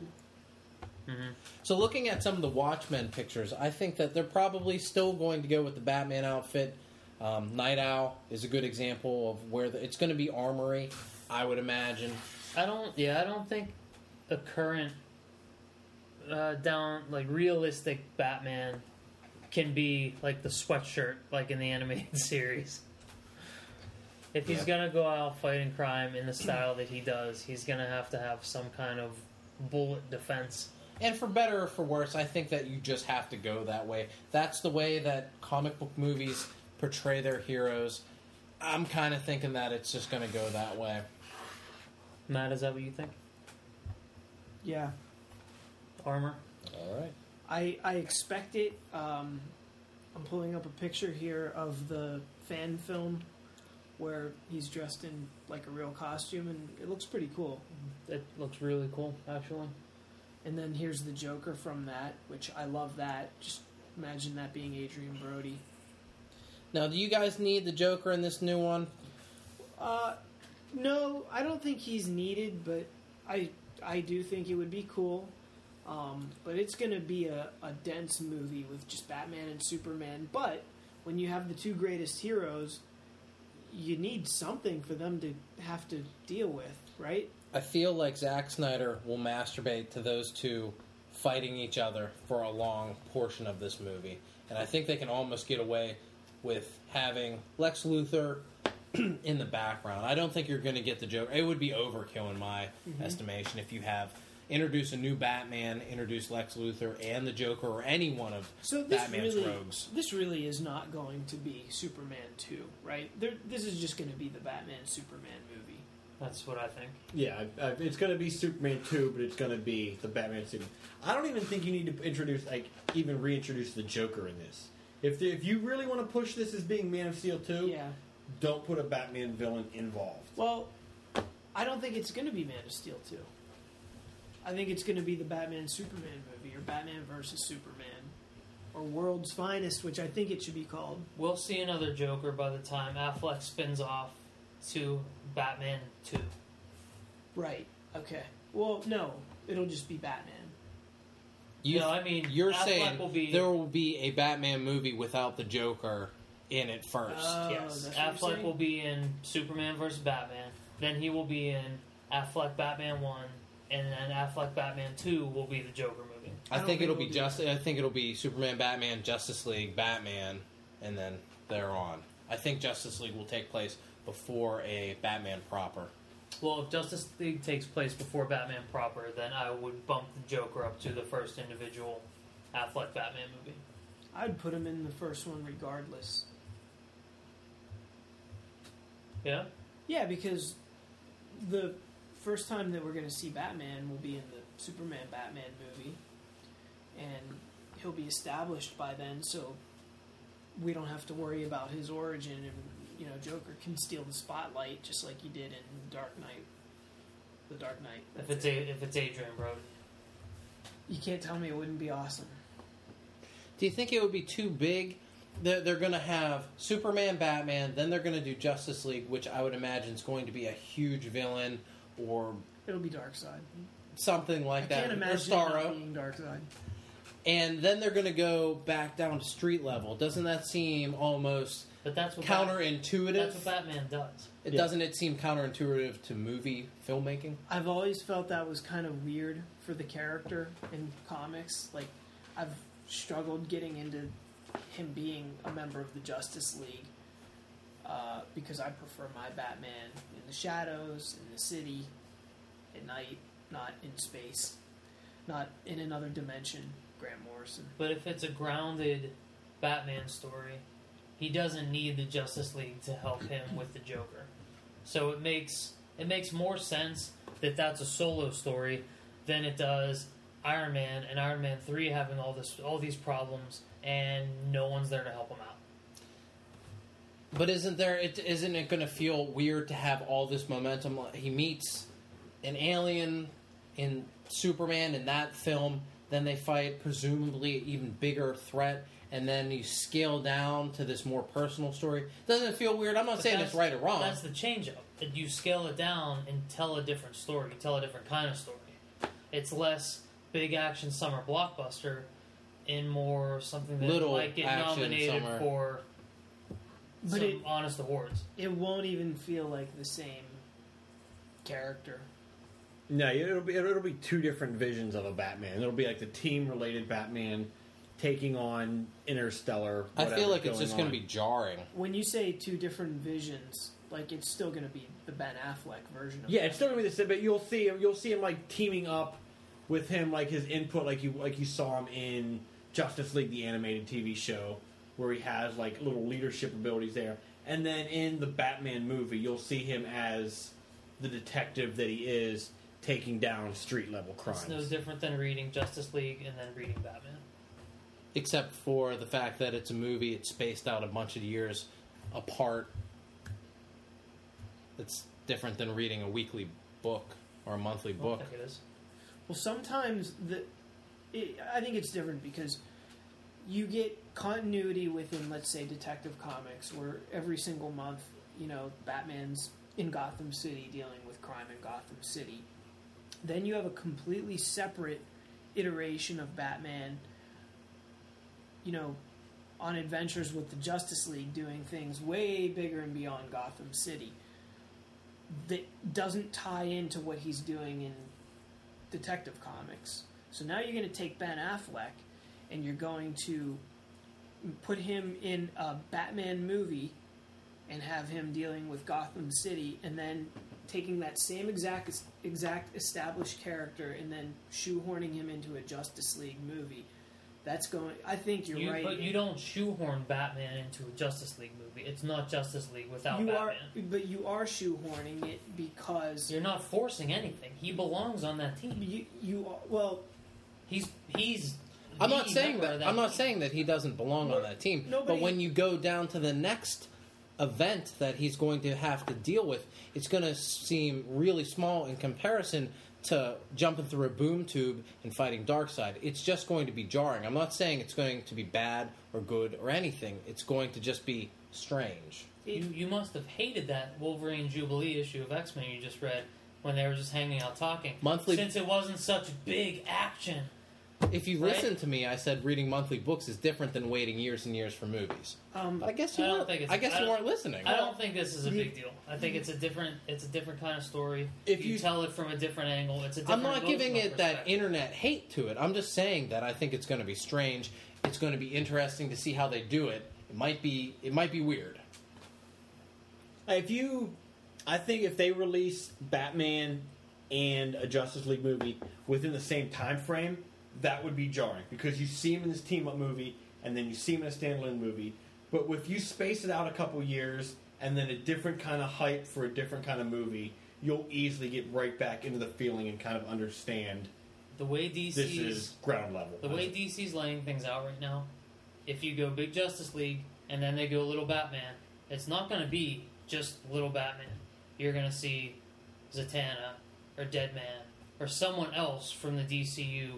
hmm So looking at some of the Watchmen pictures, I think that they're probably still going to go with the Batman outfit. Um, Night Owl is a good example of where the, it's going to be armory, I would imagine. I don't. Yeah, I don't think the current uh, down like realistic Batman can be like the sweatshirt like in the animated series. If he's Yeah. gonna go out fighting crime in the style that he does, he's gonna have to have some kind of bullet defense. And for better or for worse, I think that you just have to go that way. That's the way that comic book movies portray their heroes. I'm kind of thinking that it's just going to go that way. Matt, is that what you think? Yeah. Armor. All right. I I expect it. Um, I'm pulling up a picture here of the fan film where he's dressed in like a real costume, and it looks pretty cool. It looks really cool, actually. And then here's the Joker from that, which I love that. Just imagine that being Adrian Brody. Now, do you guys need the Joker in this new one? Uh, no, I don't think he's needed, but I I do think it would be cool. Um, but it's going to be a, a dense movie with just Batman and Superman. But when you have the two greatest heroes, you need something for them to have to deal with, right? I feel like Zack Snyder will masturbate to those two fighting each other for a long portion of this movie. And I think they can almost get away with having Lex Luthor in Mm-hmm. the background. I don't think you're going to get the Joker. It would be overkill in my estimation if you have introduce a new Batman, introduce Lex Luthor and the Joker, or any one of So this Batman's really, rogues. this really is not going to be Superman two, right? There, this is just going to be the Batman Superman movie. That's what I think. Yeah, I, I, it's going to be Superman 2, but it's going to be the Batman suit. I don't even think you need to introduce, like, even reintroduce the Joker in this. If, the, if you really want to push this as being Man of Steel 2, Yeah. don't put a Batman villain involved. Well, I don't think it's going to be Man of Steel two. I think it's going to be the Batman Superman movie or Batman versus Superman or World's Finest, which I think it should be called. We'll see another Joker by the time Affleck spins off to Batman 2. Right. Okay. Well, no, it'll just be Batman. You, no, I mean, you're Affleck saying will be there will be a Batman movie without the Joker in it first. Oh, yes, that's what you're Affleck saying? will be in Superman vs Batman. Then he will be in Affleck Batman One, and then Affleck Batman Two will be the Joker movie. I, I don't think think it'll we'll be do just. I think it'll be Superman, Batman, Justice League, Batman, and then they're on. I think Justice League will take place before a Batman proper. Well, if Justice League takes place before Batman proper, then I would bump the Joker up to the first individual Affleck Batman movie. I'd put him in the first one regardless. Yeah, Yeah, because the first time that we're going to see Batman will be in the Superman Batman movie, and he'll be established by then, so we don't have to worry about his origin, and you know Joker can steal the spotlight just like he did in Dark Knight. The Dark Knight. if it's a, if it's Adrian Brody, you can't tell me it wouldn't be awesome. Do you think it would be too big? They're, they're going to have Superman, Batman, then they're going to do Justice League, which I would imagine is going to be a huge villain or It'll be Dark Side. something like I that, can't or imagine it not Starro, being Dark Side. and then they're going to go back down to street level. Doesn't that seem almost but that's what Bat- counterintuitive? that's what Batman does. It Yeah. doesn't it seem counterintuitive to movie filmmaking? I've always felt that was kind of weird for the character in comics. Like, I've struggled getting into him being a member of the Justice League uh, because I prefer my Batman in the shadows, in the city, at night, not in space, not in another dimension. Grant Morrison. But if it's a grounded Batman story, he doesn't need the Justice League to help him with the Joker. So it makes it makes more sense that that's a solo story than it does Iron Man and Iron Man three having all this all these problems and no one's there to help him out. But isn't there? It isn't it going to feel weird to have all this momentum? He meets an alien in Superman in that film. Then they fight presumably an even bigger threat, and then you scale down to this more personal story. Doesn't it feel weird? I'm not But saying that's- it's right or wrong. That's the change up. You scale it down and tell a different story. You tell a different kind of story. It's less big action summer blockbuster and more something that Little might get action nominated summer. for But some it- honest awards. It won't even feel like the same character. No, it'll be it'll be two different visions of a Batman. It'll be like the team related Batman taking on Interstellar. I feel whatever's like it's just going on. to be jarring. When you say two different visions, like it's still going to be the Ben Affleck version. of Yeah, it's still gonna be the same, but you'll see him. You'll see him like teaming up with him, like his input, like you like you saw him in Justice League, the animated TV show, where he has like little leadership abilities there. And then in the Batman movie, you'll see him as the detective that he is, taking down street level crimes. It's no different than reading Justice League and then reading Batman. except for the fact that it's a movie it's spaced out a bunch of years apart it's different than reading a weekly book or a monthly I don't book think it is. Well, sometimes the, it, I think it's different because you get continuity within, let's say, Detective Comics, where every single month, you know, Batman's in Gotham City dealing with crime in Gotham City. Then you have a completely separate iteration of Batman, you know, on adventures with the Justice League, doing things way bigger and beyond Gotham City. That doesn't tie into what he's doing in Detective Comics. So now you're going to take Ben Affleck and you're going to put him in a Batman movie and have him dealing with Gotham City and then taking that same exact exact established character and then shoehorning him into a Justice League movie. That's going. I think you're You- right. But you don't shoehorn Batman into a Justice League movie. It's not Justice League without You Batman. are, but you are shoehorning it because You're not forcing anything. He belongs on that team. you you are, well He's he's. I'm the not saying member that, of I'm not team. saying that he doesn't belong on that team. nobody- But when you go down to the next event that he's going to have to deal with, it's going to seem really small in comparison to jumping through a boom tube and fighting Darkseid. It's just going to be jarring. I'm not saying it's going to be bad or good or anything. It's going to just be strange. it, You, you must have hated that Wolverine Jubilee issue of X Men you just read when they were just hanging out talking. Monthly- Since it wasn't such big action. If you Right. listen to me, I said reading monthly books is different than waiting years and years for movies. um But I guess you I don't weren't- think it's- I guess I you don't- weren't listening. I don't think this is a you- big deal. I think it's a different it's a different kind of story. If you, you- tell it from a different angle, it's a I'm different not giving emotional it that perspective. internet hate to it. I'm just saying that I think it's going to be strange. It's going to be interesting to see how they do it. It might be it might be weird. If you, I think if they release Batman and a Justice League movie within the same time frame, that would be jarring because you see him in this team up movie and then you see him in a standalone movie. But if you space it out a couple years and then a different kind of hype for a different kind of movie, you'll easily get right back into the feeling and kind of understand the way DC's this is ground level. The way DC's laying things out right now, if you go big Justice League and then they go little Batman, it's not going to be just little Batman. You're going to see Zatanna or Deadman or someone else from the DCU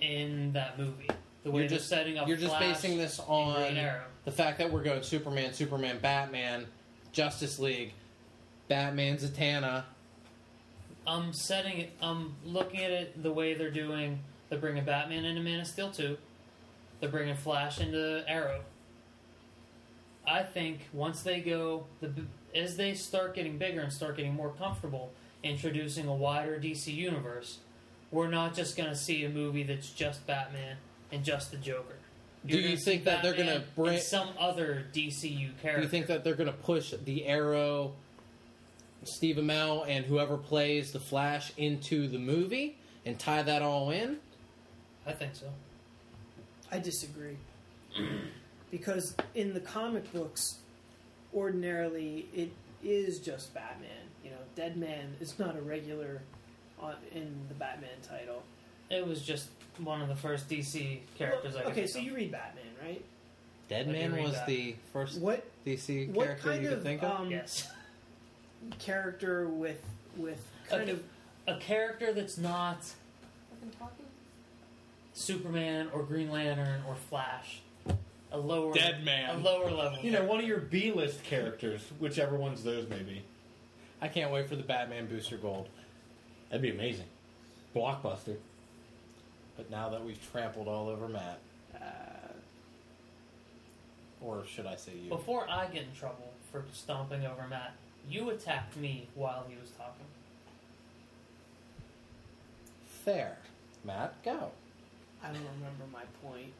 in that movie. The way You're they're just- setting up You're just Flash basing this and Green on Arrow. the fact that we're going Superman, Superman, Batman, Justice League, Batman, Zatanna. I'm setting it. I'm looking at it the way they're doing. They're bringing Batman into Man of Steel two. They're bringing Flash into Arrow. I think once they go, the, b- as they start getting bigger and start getting more comfortable introducing a wider DC universe, we're not just going to see a movie that's just Batman and just the Joker. Do you gonna see think that they're Batman gonna bring- and some other DCU character? Do you think that they're going to push the Arrow, Steve Amell, and whoever plays the Flash into the movie and tie that all in? I think so. I disagree. because in the comic books, ordinarily it is just Batman. You know, Dead Man is not a regular on, in the Batman title. It was just one of the first DC characters. Well, I could okay, think so of. you read Batman, right? I did Deadman read was that. the first What DC what character kind you could of think of. um, yes. character with with kind Okay. of a character that's not Superman or Green Lantern or Flash. A lower a man. lower level. you know, one of your B list characters, whichever ones those may be. I can't wait for the Batman Booster Gold. That'd be amazing. Blockbuster. But now that we've trampled all over Matt, uh, or should I say you? Before I get in trouble for stomping over Matt, you attacked me while he was talking. Fair. Matt, go. I don't remember my point.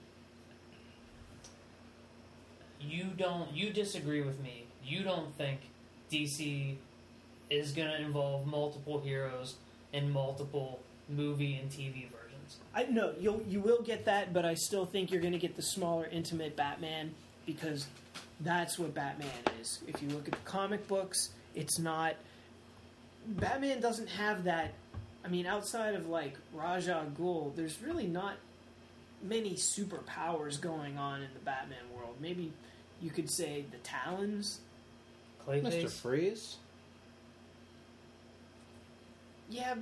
You don't you disagree with me. You don't think DC is gonna involve multiple heroes in multiple movie and TV versions. I no, you'll you will get that, but I still think you're going to get the smaller, intimate Batman because that's what Batman is. If you look at the comic books, it's not. Batman doesn't have that. I mean, outside of like Raja Ghul, there's really not many superpowers going on in the Batman world. Maybe you could say the Talons. Mr. Clayface. Freeze? Yeah,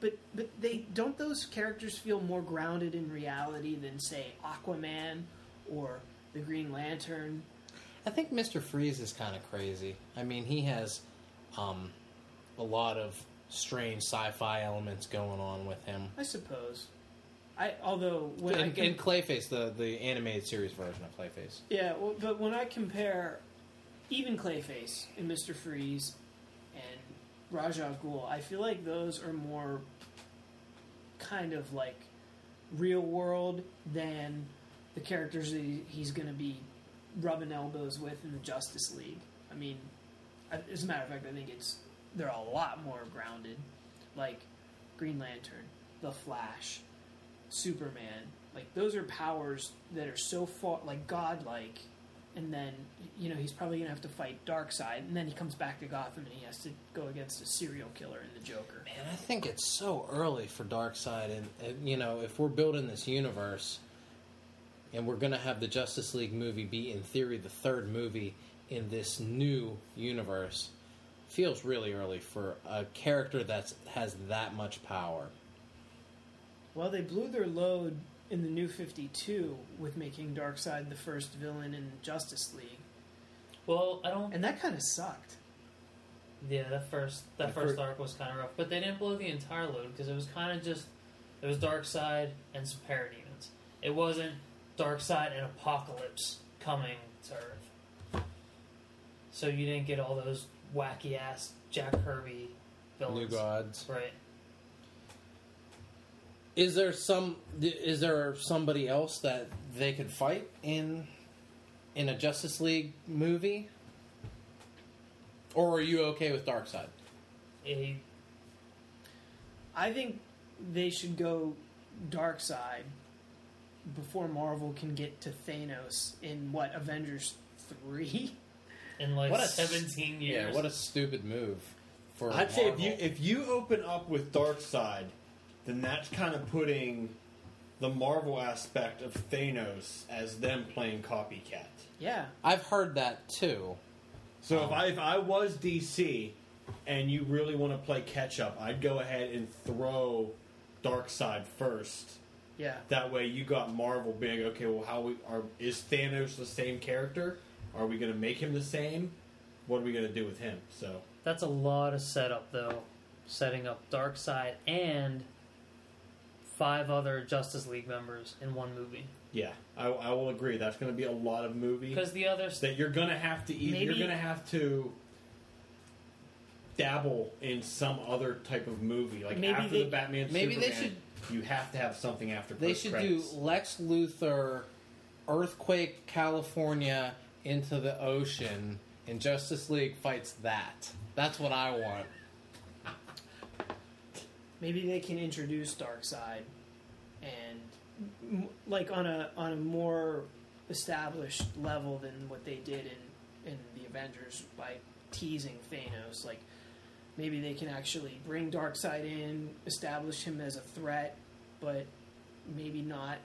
but but they don't those characters feel more grounded in reality than say Aquaman or the Green Lantern? I think Mr. Freeze is kind of crazy. I mean, he has um, a lot of strange sci fi elements going on with him. I suppose. I although when I And, com- and Clayface, the, the animated series version of Clayface. yeah, well, but when I compare even Clayface and Mister Freeze and Raja Ghul, I feel like those are more kind of like real world than the characters that he- he's going to be rubbing elbows with in the Justice League. I mean, I- as a matter of fact, I think it's they're a lot more grounded, like Green Lantern, The Flash, Superman. Like those are powers that are so far like godlike, and then you know he's probably gonna have to fight Darkseid, and then he comes back to Gotham and he has to go against a serial killer and the Joker. And I think it's so early for Darkseid, and, and you know, if we're building this universe, and we're gonna have the Justice League movie be, in theory, the third movie in this new universe, feels really early for a character that's has that much power. Well, they blew their load in the New Fifty Two with making Darkseid the first villain in Justice League, Well, I don't. and that kind of sucked. Yeah, that first that The first fir- arc was kind of rough, but they didn't blow the entire load because it was kind of just it was Dark Side and some parademons. It wasn't Dark Side and Apocalypse coming to Earth, so you didn't get all those wacky ass Jack Kirby New villains, gods. right? Is there some? Is there somebody else that they could fight in in a Justice League movie? Or are you okay with Darkseid? It, I think they should go dark side before Marvel can get to Thanos in what Avengers three. in like What a s- seventeen years. Yeah, what a stupid move. For I'd say if Marvel. you if you open up with Darkseid, then that's kind of putting the Marvel aspect of Thanos as them playing copycat. Yeah, I've heard that too. So if I if I was DC and you really want to play catch up, I'd go ahead and throw Darkseid first. yeah. That way you got Marvel being okay, well how we are is Thanos the same character? Are we gonna make him the same? What are we gonna do with him? So That's a lot of setup, though. Setting up Darkseid and five other Justice League members in one movie. yeah, I, I will agree. That's going to be a lot of movie. Because the other that you're gonna have to eat. Maybe- You're gonna have to dabble in some other type of movie, like Maybe after they- the Batman. maybe they Superman, You have to have something after. They post should do credits. Lex Luthor, Earthquake, California, into the ocean, and Justice League fights that. That's what I want. Maybe they can introduce dark side and m- like on a on a more established level than what they did in in the Avengers by teasing Thanos like. Maybe they can actually bring Darkseid in, establish him as a threat, but maybe not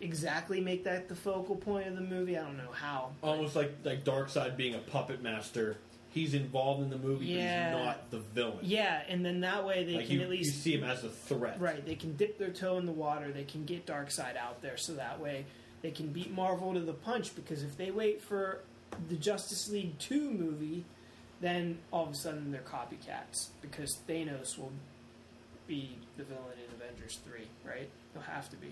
exactly make that the focal point of the movie. I don't know how. almost like like Darkseid being a puppet master. He's involved in the movie, Yeah. but he's not the villain. Yeah, and then that way they like can you, at least you see him as a threat. Right, they can dip their toe in the water. They can get Darkseid out there, so that way they can beat Marvel to the punch. Because if they wait for the Justice League two movie, then all of a sudden they're copycats. Because Thanos will be the villain in Avengers three, right? He'll have to be,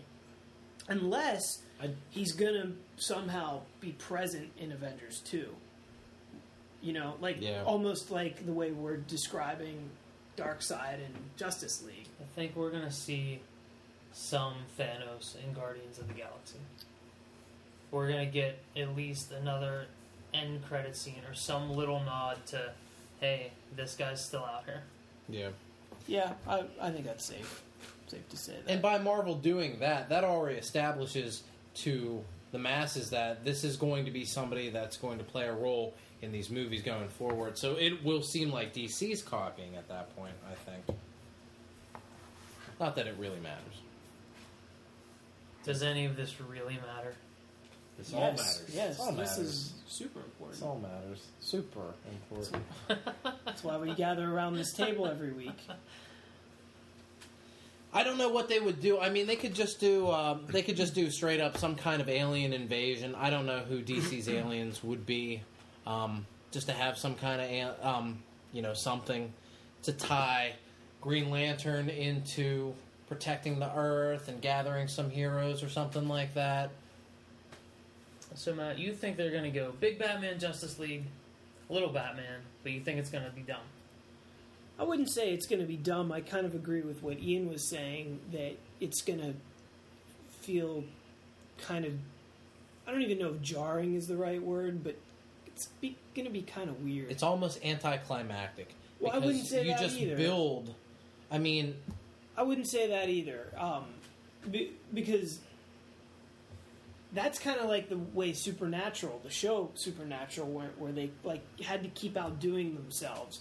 unless I, he's gonna somehow be present in Avengers two. You know, like Yeah. almost like the way we're describing Darkseid and Justice League. I think we're gonna see some Thanos in Guardians of the Galaxy. We're gonna get at least another end credit scene or some little nod to, hey, this guy's still out here. Yeah. Yeah, I, I think that's safe. Safe to say that. And by Marvel doing that, that already establishes to the masses that this is going to be somebody that's going to play a role in these movies going forward. So it will seem like DC's copying at that point, I think. Not that it really matters. Does any of this really matter? this yes, all matters. Yes, all this matters. is super important. all matters. Super important. That's why we gather around this table every week. I don't know what they would do. I mean, they could just do um, they could just do straight up some kind of alien invasion. I don't know who DC's aliens would be. Um, just to have some kind of al- um, you know something to tie Green Lantern into protecting the Earth and gathering some heroes or something like that. So Matt, you think they're gonna go big Batman, Justice League, little Batman, but you think it's gonna be dumb? I wouldn't say it's going to be dumb. I kind of agree with what Ian was saying that it's going to feel kind of. I don't even know if jarring is the right word, but it's be, going to be kind of weird. It's almost anticlimactic. Well, I wouldn't say you that just either. build. I mean, I wouldn't say that either, um, be- because that's kind of like the way Supernatural, the show Supernatural, where, where they like had to keep outdoing themselves.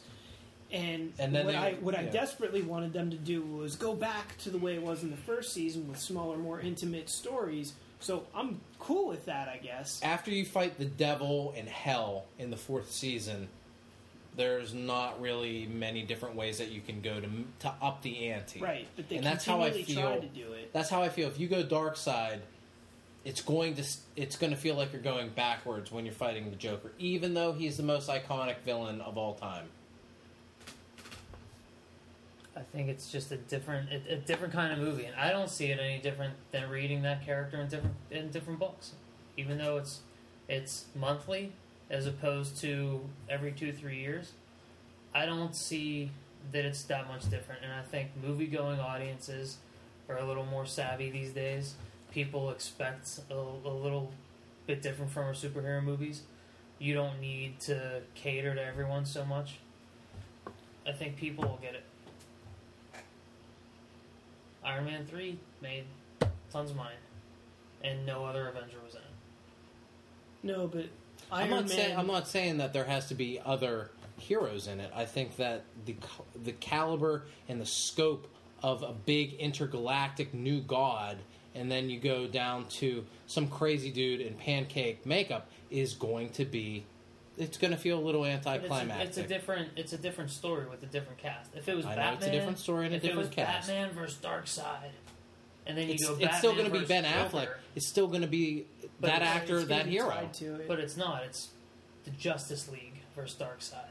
And, And then what they- I what I yeah. desperately wanted them to do was go back to the way it was in the first season with smaller, more intimate stories. So I'm cool with that, I guess. after you fight the devil and hell in the fourth season, there's not really many different ways that you can go to to up the ante. Right, but they and that's how I continually feel. tried to do it. That's how I feel. If you go dark side, it's going to s- it's going to feel like you're going backwards when you're fighting the Joker, even though he's the most iconic villain of all time. I think it's just a different, a, a different kind of movie, and I don't see it any different than reading that character in different in different books, even though it's it's monthly as opposed to every two three years. I don't see that it's that much different, and I think movie going audiences are a little more savvy these days. People expect a, a little bit different from our superhero movies. You don't need to cater to everyone so much. I think people will get it. Iron Man 3 made tons of money, and no other Avenger was in it. No, but I'm Iron not Man. saying I'm not saying that there has to be other heroes in it. I think that the co- the caliber and the scope of a big intergalactic new god, and then you go down to some crazy dude in pancake makeup is going to be. It's going to feel a little But it's a- anticlimactic. It's, a, different it's a different story with a different cast. If it was I know Batman, it's a different story and a if it different was cast. Batman versus Darkseid, and then you it's, go. it's still going to be Ben Affleck. It's still going to be But that it's- actor, it's gonna that be hero. tied to it. but it's not. It's the Justice League versus Darkseid,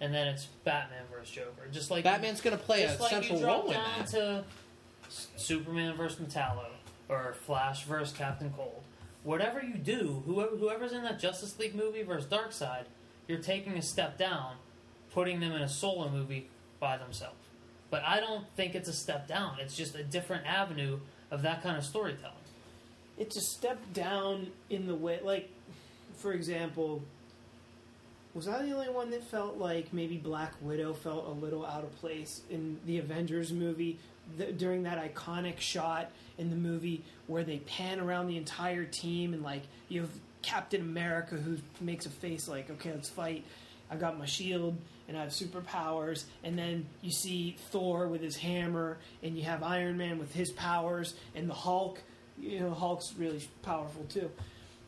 and then it's Batman versus Joker. Just like Batman's going to play a just like central you drop role in down that. to S- Superman versus Metallo or Flash versus Captain Cold. Whatever you do, whoever whoever's in that Justice League movie versus Darkseid, you're taking a step down, putting them in a solo movie by themselves. But I don't think it's a step down. It's just a different avenue of that kind of storytelling. it's a step down in the way like for example was i the only one that felt like maybe black widow felt a little out of place in the avengers movie th during that iconic shot in the movie where they pan around the entire team and like you have captain america who makes a face like okay let's fight i've got my shield and i have superpowers and then you see thor with his hammer and you have iron man with his powers and the hulk you know Hulk's really powerful too.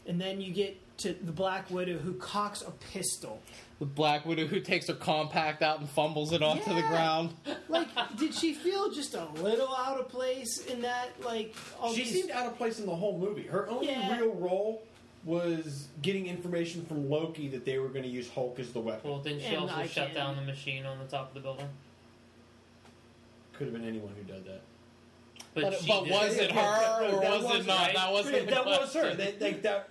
And then you get to the Black Widow who cocks a pistol. The Black Widow who takes her compact out and fumbles it onto the Yeah. ground. Like, did she feel just a little out of place in that? Like, all She these, seemed out of place in the whole movie. Her only Oh, Yeah. real role was getting information from Loki that they were going to use Hulk as the weapon. Well, didn't she And also I shut can- down the machine on the top of the building? Could have been anyone who did that. But, she but did. was it her or was That it was- not? That wasn't Yeah, the that was her. question. That, like, that,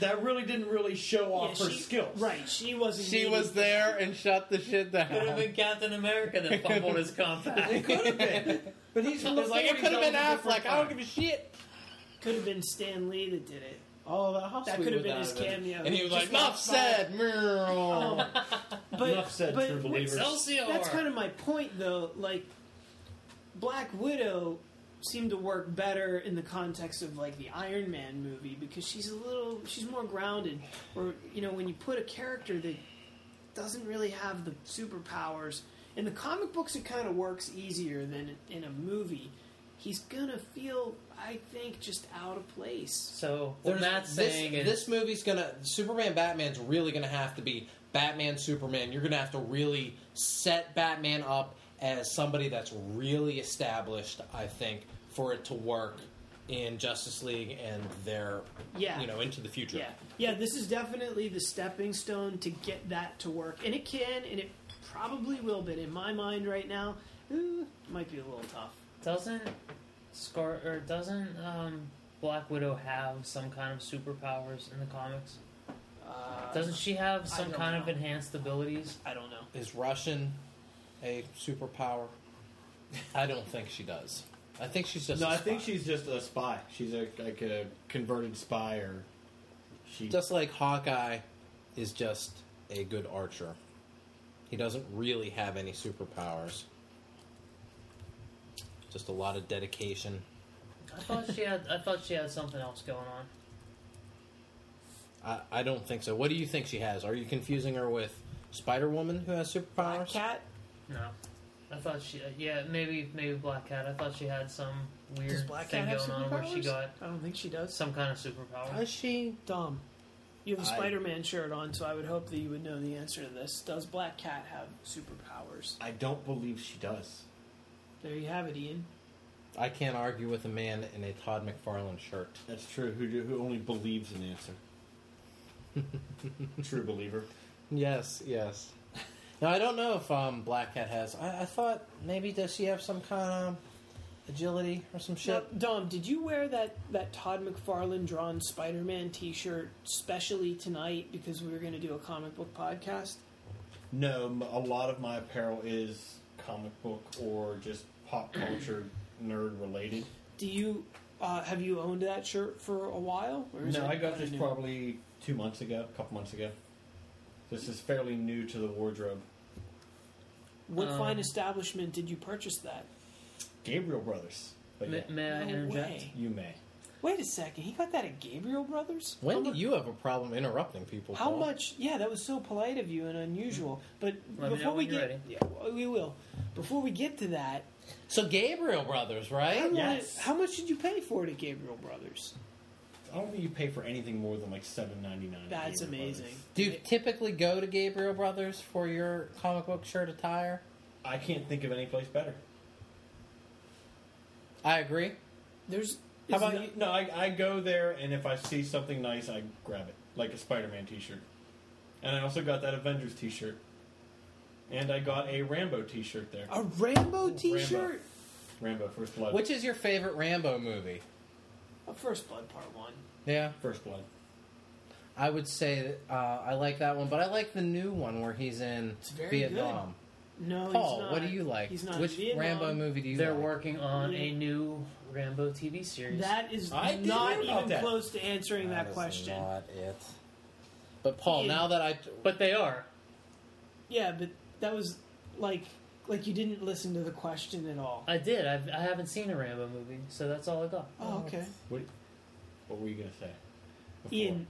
that really didn't really show yeah, off her she- skills. Right, she wasn't. She needed- was there and shut the shit down. Could have been Captain America that fumbled his It compact. could have been. But he's from the It's like it 40s, could have been that was a Affleck. I don't different give a shit. Could have been Stan Lee that did it. Oh, how That sweet could have would been his have cameo. And he was Just like, "Enough walked by. said, Meryl." Um, but Enough said, but true believers. Excelsior! That's kind of my point, though. Like, Black Widow seemed to work better in the context of like the Iron Man movie because she's a little, she's more grounded. Or you know, when you put a character that doesn't really have the superpowers in the comic books, it kind of works easier than in a movie. He's gonna feel, I think, just out of place. So what There's- Matt's this, saying is this movie's gonna Superman Batman's really gonna have to be Batman Superman. You're gonna have to really set Batman up as somebody that's really established, I think, for it to work in Justice League and their Yeah. you know into the future. Yeah, yeah. This is definitely the stepping stone to get that to work, and it can, and it probably will. But in my mind right now, ooh, might be a little tough. doesn't Scar or doesn't um, Black Widow have some kind of superpowers in the comics? Uh, Doesn't she have some don't kind of know. enhanced abilities? I don't know. Is Russian a superpower? I don't think she does. I think she's just No, I I think she's just a spy. She's a like a converted spy, or she. just like Hawkeye is just a good archer. He doesn't really have any superpowers. Just a lot of dedication. I thought she had. I thought she had something else going on. I, I don't think so. What do you think she has? Are you confusing her with Spider Woman who has Black superpowers? Cat. No, I thought she. Yeah, maybe maybe Black Cat. I thought she had some Does weird Black thing Cat have going on where she superpowers? got I don't think she does. some kind of superpower. Does she? Dom, you have a I- Spider-Man shirt on, so I would hope that you would know the answer to this. Does Black Cat have superpowers? I don't believe she does. There you have it, Ian. I can't argue with a man in a Todd McFarlane shirt. That's true. Who, who only believes an answer? true believer. Yes, yes. Now I don't know if um, Black Cat has. I, I thought maybe does she have some kind of um, agility or some shit? Now, Dom, did you wear that, that Todd McFarlane drawn Spider-Man T-shirt specially tonight because we were going to do a comic book podcast? No, m- a lot of my apparel is comic book or just pop culture nerd related. Do you uh, have you owned that shirt for a while? Or No, it I got kinda this new? probably two months ago, a couple months ago. This is fairly new to the wardrobe. What Um, fine establishment did you purchase that? Gabriel Brothers. But yeah, May, may I No interject? way. you may. Wait a second, he got that at Gabriel Brothers. When How do mu- you have a problem interrupting people? How Paul? much? Yeah, that was so polite of you and unusual. But Let me know before we when you're get, yeah, well, we will. Before we get to that, So Gabriel Brothers, I right? wanna- Yes. how much did you pay for it at Gabriel Brothers? I don't think you pay for anything more than like seven ninety nine. That's amazing. Do you typically go to Gabriel Brothers for your comic book shirt attire? I can't think of any place better. I agree. There's How is about no- you? No, I, I go there and if I see something nice, I grab it, like a Spider Man T shirt. And I also got that Avengers T shirt, and I got a Rambo T shirt there. a Rambo T-shirt. Rambo First Blood. Which is your favorite Rambo movie? Uh, First Blood Part One. Yeah, First Blood. I would say that, uh, I like that one, but I like the new one where he's in It's very Vietnam. No, he's Paul, not. what do you like? He's not in Which Vietnam. Rambo movie do you They're like? working on a new Rambo TV series. That is I didn't not know about even that. close to answering that, is question. Not it. But Paul, Ian. now that I but they are. Yeah, but that was like like you didn't listen to the question at all. I did. I've, I haven't seen a Rambo movie, so that's all I got. Oh, okay. What, what were you going to say? before? Ian,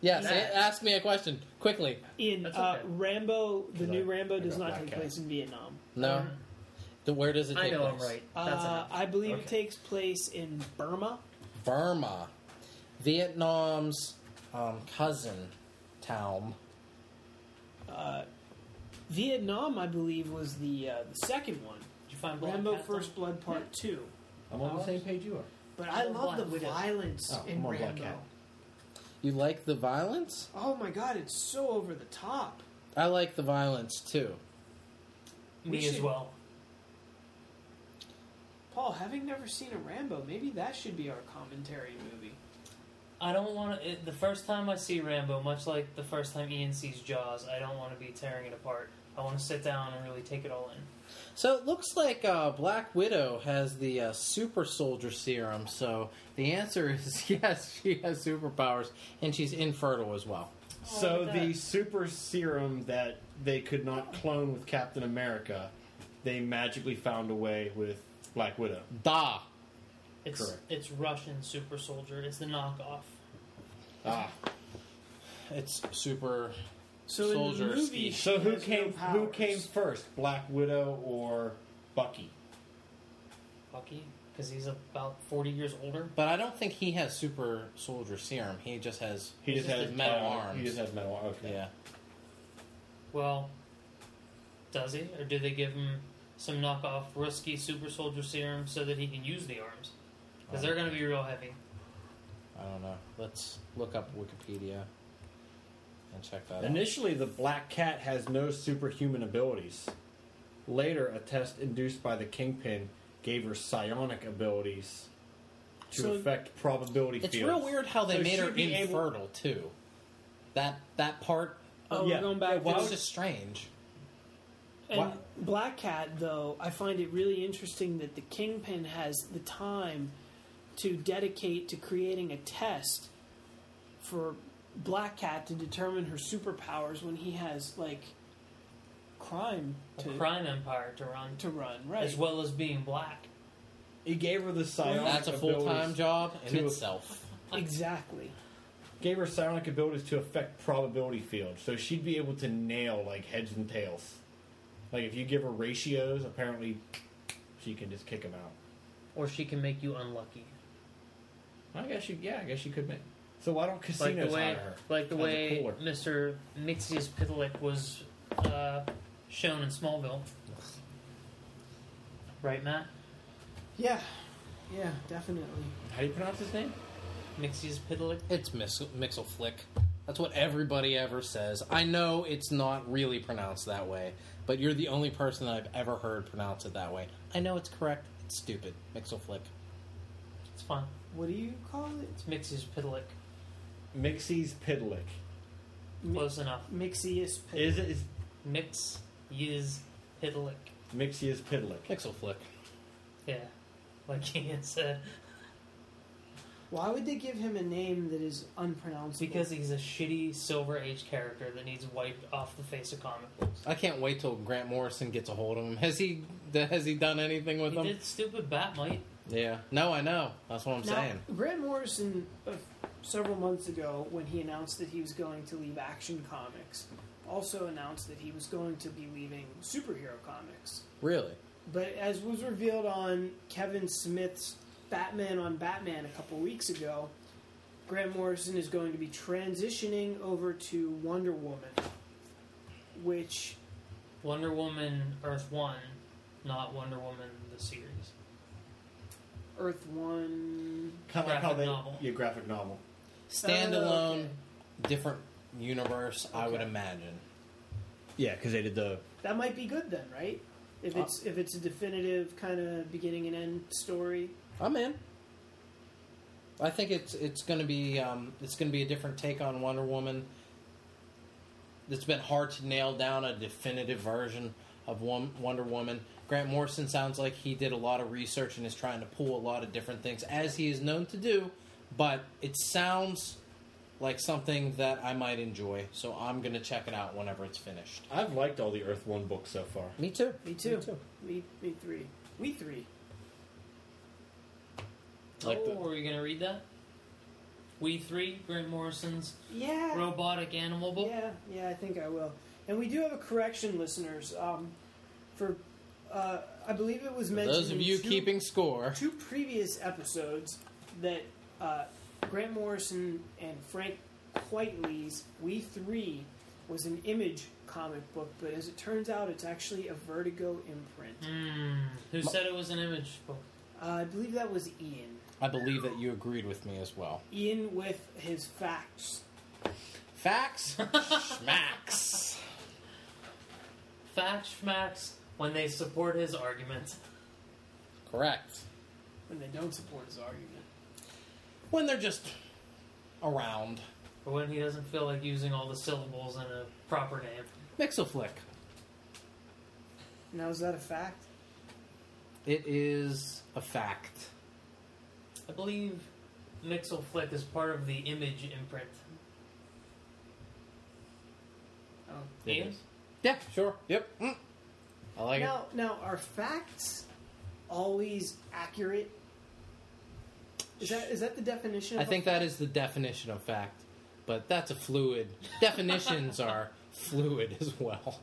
yes, That- a- ask me a question quickly. Ian, That's uh, okay. Rambo, the 'Cause new I- Rambo I does got not Black take Cat. place in Vietnam. No, Um, The- where does it I take know I'm place? right. That's Uh, enough. I believe it Okay. takes place in Burma. Burma, Vietnam's um, cousin town. Uh, Vietnam, I believe, was the uh, the second one. Did you find Black Rambo Cat, First Blood Part Two. I'm on the same page you Oh, are. But I I'm love on the Black Widow. violence Oh, in I'm on Black Rambo. Cat. You like the violence? Oh my god, it's so over the top. I like the violence too. though? We Me as should- well. Paul, having never seen a Rambo, maybe that should be our commentary movie. I don't want to. The first time I see Rambo, much like the first time Ian sees Jaws, I don't want to be tearing it apart. I want to sit down and really take it all in. So it looks like uh, Black Widow has the uh, super soldier serum. So the answer is yes, she has superpowers, and she's infertile as well. So look at the that. super serum that they could not clone with Captain America, they magically found a way with Black Widow. Da. It's Correct. it's Russian super soldier. It's the knockoff. Ah. It's super. So in Soldier the movie, Steve. So she who has no came who powers. came first, Black Widow or Bucky? Bucky, because he's about forty years older. But I don't think he has super soldier serum. He just has. He just It's has just metal bionic- arms. He just has metal arms. Okay. Yeah. Well, does he, or do they give him some knockoff risky super soldier serum so that he can use the arms? Because they're going to be real heavy. I don't know. Let's look up Wikipedia and check that out. Initially, the Black Cat has no superhuman abilities. Later, a test induced by the Kingpin gave her psionic abilities to So- affect probability It's fields. real weird how they So made her she'd be able- infertile too. That that part Oh, Yeah. we're going back. Yeah, why to- was just strange. and why- Black Cat, though, I find it really interesting that the Kingpin has the time to dedicate to creating a test for Black Cat to determine her superpowers when he has like crime a to crime empire to run, to run, right? as well as being black. He gave her the psionic. That's a full time abilities- job in to- itself. Exactly. Gave her psionic abilities to affect probability field, so she'd be able to nail like heads and tails. Like if you give her ratios, apparently she can just kick them out. Or she can make you unlucky. I guess you, yeah, I guess you could make. So why don't Like the casinos way, hire her? like the as a way cooler? Mr. Mixius Pitalik was uh, shown in Smallville. Right, Matt? Yeah. Yeah, definitely. How do you pronounce his name? Mixius Pitalik? It's mis- Mixel Flick. That's what everybody ever says. I know it's not really pronounced that way, but you're the only person that I've ever heard pronounce it that way. I know it's correct. It's stupid. Mixel Flick. It's fine. What do you call it? It's Mixius Pitalik. Mixies Pidlick. Close enough. Mixius. Pit- Is it is Mix is Pitalik. Mixius Pidlick? Mixel Flick. Yeah. Like Ian said. Why would they give him a name that is unpronounceable? Because he's a shitty Silver Age character that needs wiped off the face of comic books. I can't wait till Grant Morrison gets a hold of him. Has he has he done anything with He him? did stupid Batmite. Yeah. No, I know. That's what I'm now, saying. Grant Morrison, uh, several months ago, when he announced that he was going to leave Action Comics, also announced that he was going to be leaving Superhero Comics. Really? But as was revealed on Kevin Smith's Batman on Batman a couple weeks ago, Grant Morrison is going to be transitioning over to Wonder Woman, which Wonder Woman Earth 1, not Wonder Woman the series. Earth One Kind of like how Graphic they novel. yeah graphic novel. Standalone, Oh, okay. different universe. I would imagine. Yeah, because they did the That might be good then, right? Uh, If it's if it's a definitive kind of beginning and end story. I'm in. I think it's it's going to be um, it's going to be a different take on Wonder Woman. It's been hard to nail down a definitive version of Wom- Wonder Woman. Grant Morrison sounds like he did a lot of research and is trying to pull a lot of different things, as he is known to do. But it sounds like something that I might enjoy, so I'm going to check it out whenever it's finished. I've liked all the Earth One books so far. Me too. Me too. Me me three. We three. Like oh, the- were you going to read that? We Three, Grant Morrison's Yeah. robotic animal book. Yeah, yeah, I think I will. And we do have a correction, listeners. Um, for uh, I believe it was For mentioned. those of you in two, keeping score, two previous episodes that uh, Grant Morrison and Frank Quitely's We Three was an Image comic book, but as it turns out, it's actually a Vertigo imprint. Mm, who said it was an image book? Uh, I believe that was Ian. I believe that you agreed with me as well. Ian with his facts. Facts, schmacks. Fact schmacks when they support his argument. Correct. When they don't support his argument. When they're just around. Or when he doesn't feel like using all the syllables in a proper name. Mix a flick. Now, is that a fact? It is a fact. I believe Mixel Flick is part of the image imprint. Oh. It Ian? is. Yeah, sure. Yep. Mm. I like Now, now, are facts always accurate? Is that is that the definition? it. Of I think a- that is the definition of fact, but that's a fluid. Definitions are fluid as well.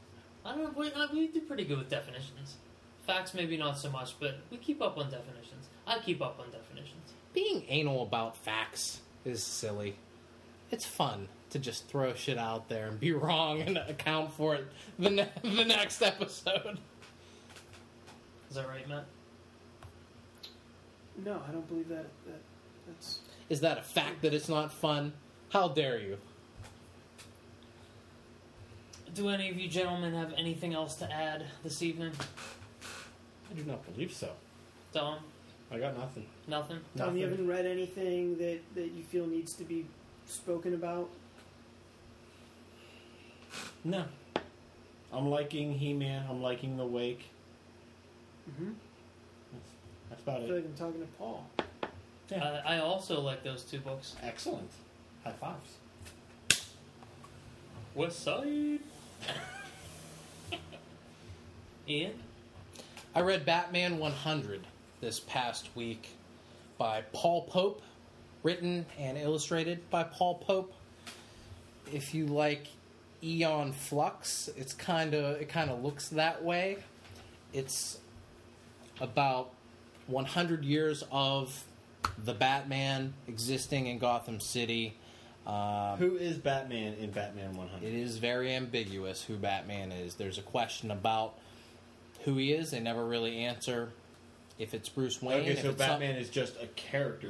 I don't know. We, uh, we do pretty good with definitions. Facts, maybe not so much, but we keep up on definitions. I keep up on definitions. Being anal about facts is silly. It's fun to just throw shit out there and be wrong and account for it the, ne- the next episode. Is that right, Matt? no, I don't believe that. that that's Is that a fact that it's not fun? How dare you? Do any of you gentlemen have anything else to add this evening? I do not believe so. Dom? I got nothing. Nothing? Tom. You haven't read anything that that you feel needs to be spoken about. No. I'm liking He Man. I'm liking The Wake. Mm-hmm. That's about I feel it. like I'm talking to Paul. Yeah. I, I also like those two books. Excellent. High fives. West Side? Ian? I read Batman 100 this past week by Paul Pope, written and illustrated by Paul Pope. If you like Eon Flux, it's kind of it kind of looks that way. It's about 100 years of the Batman existing in Gotham City. Um, Who is Batman in Batman 100? it is very ambiguous who Batman is. There's a question about who he is. They never really answer if it's Bruce Wayne. okay, if so it's some- Batman is just a character.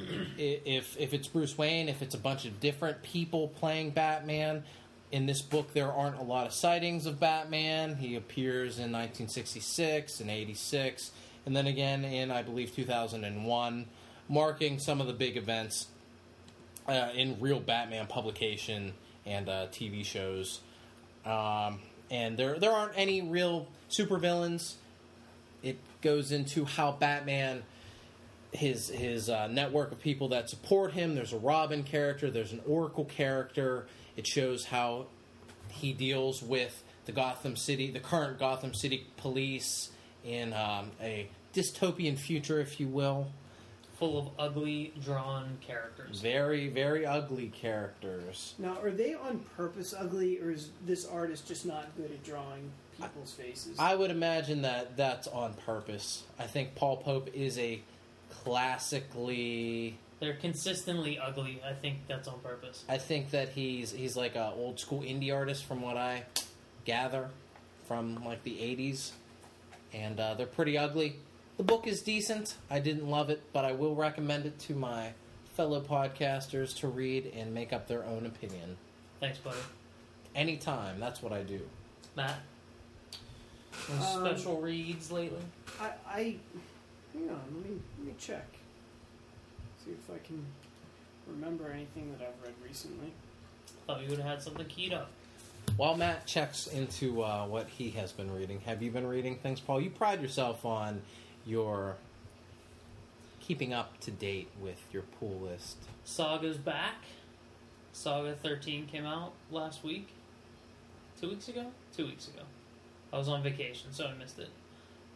then. i- if if it's Bruce Wayne, if it's a bunch of different people playing Batman. In this book, there aren't a lot of sightings of Batman. He appears in 1966 and 86, and then again in I believe 2001, marking some of the big events uh, in real Batman publication and uh, TV shows. Um, and there there aren't any real supervillains. It goes into how Batman his his uh, network of people that support him. There's a Robin character. There's an Oracle character. It shows how he deals with the Gotham City, the current Gotham City police in um, a dystopian future, if you will. Full of ugly, drawn characters. Very very ugly characters. Now, are they on purpose ugly, or is this artist just not good at drawing people's faces? I would imagine that that's on purpose. I think Paul Pope is a classically They're consistently ugly. I think that's on purpose. I think that he's he's like a old school indie artist, from what I gather, from like the '80s, and uh, they're pretty ugly. The book is decent. I didn't love it, but I will recommend it to my fellow podcasters to read and make up their own opinion. Thanks, buddy. Anytime, that's what I do. Matt? Any Um, special reads lately? I, I hang on. Let me let me check. See if I can remember anything that I've read recently. Thought you would have had something keyed up. While Matt checks into uh, what he has been reading, have you been reading things, Paul? You pride yourself on your keeping up to date with your pool list. Saga's back. Saga 13 came out last week. Two weeks ago? Two weeks ago. I was on vacation, so I missed it.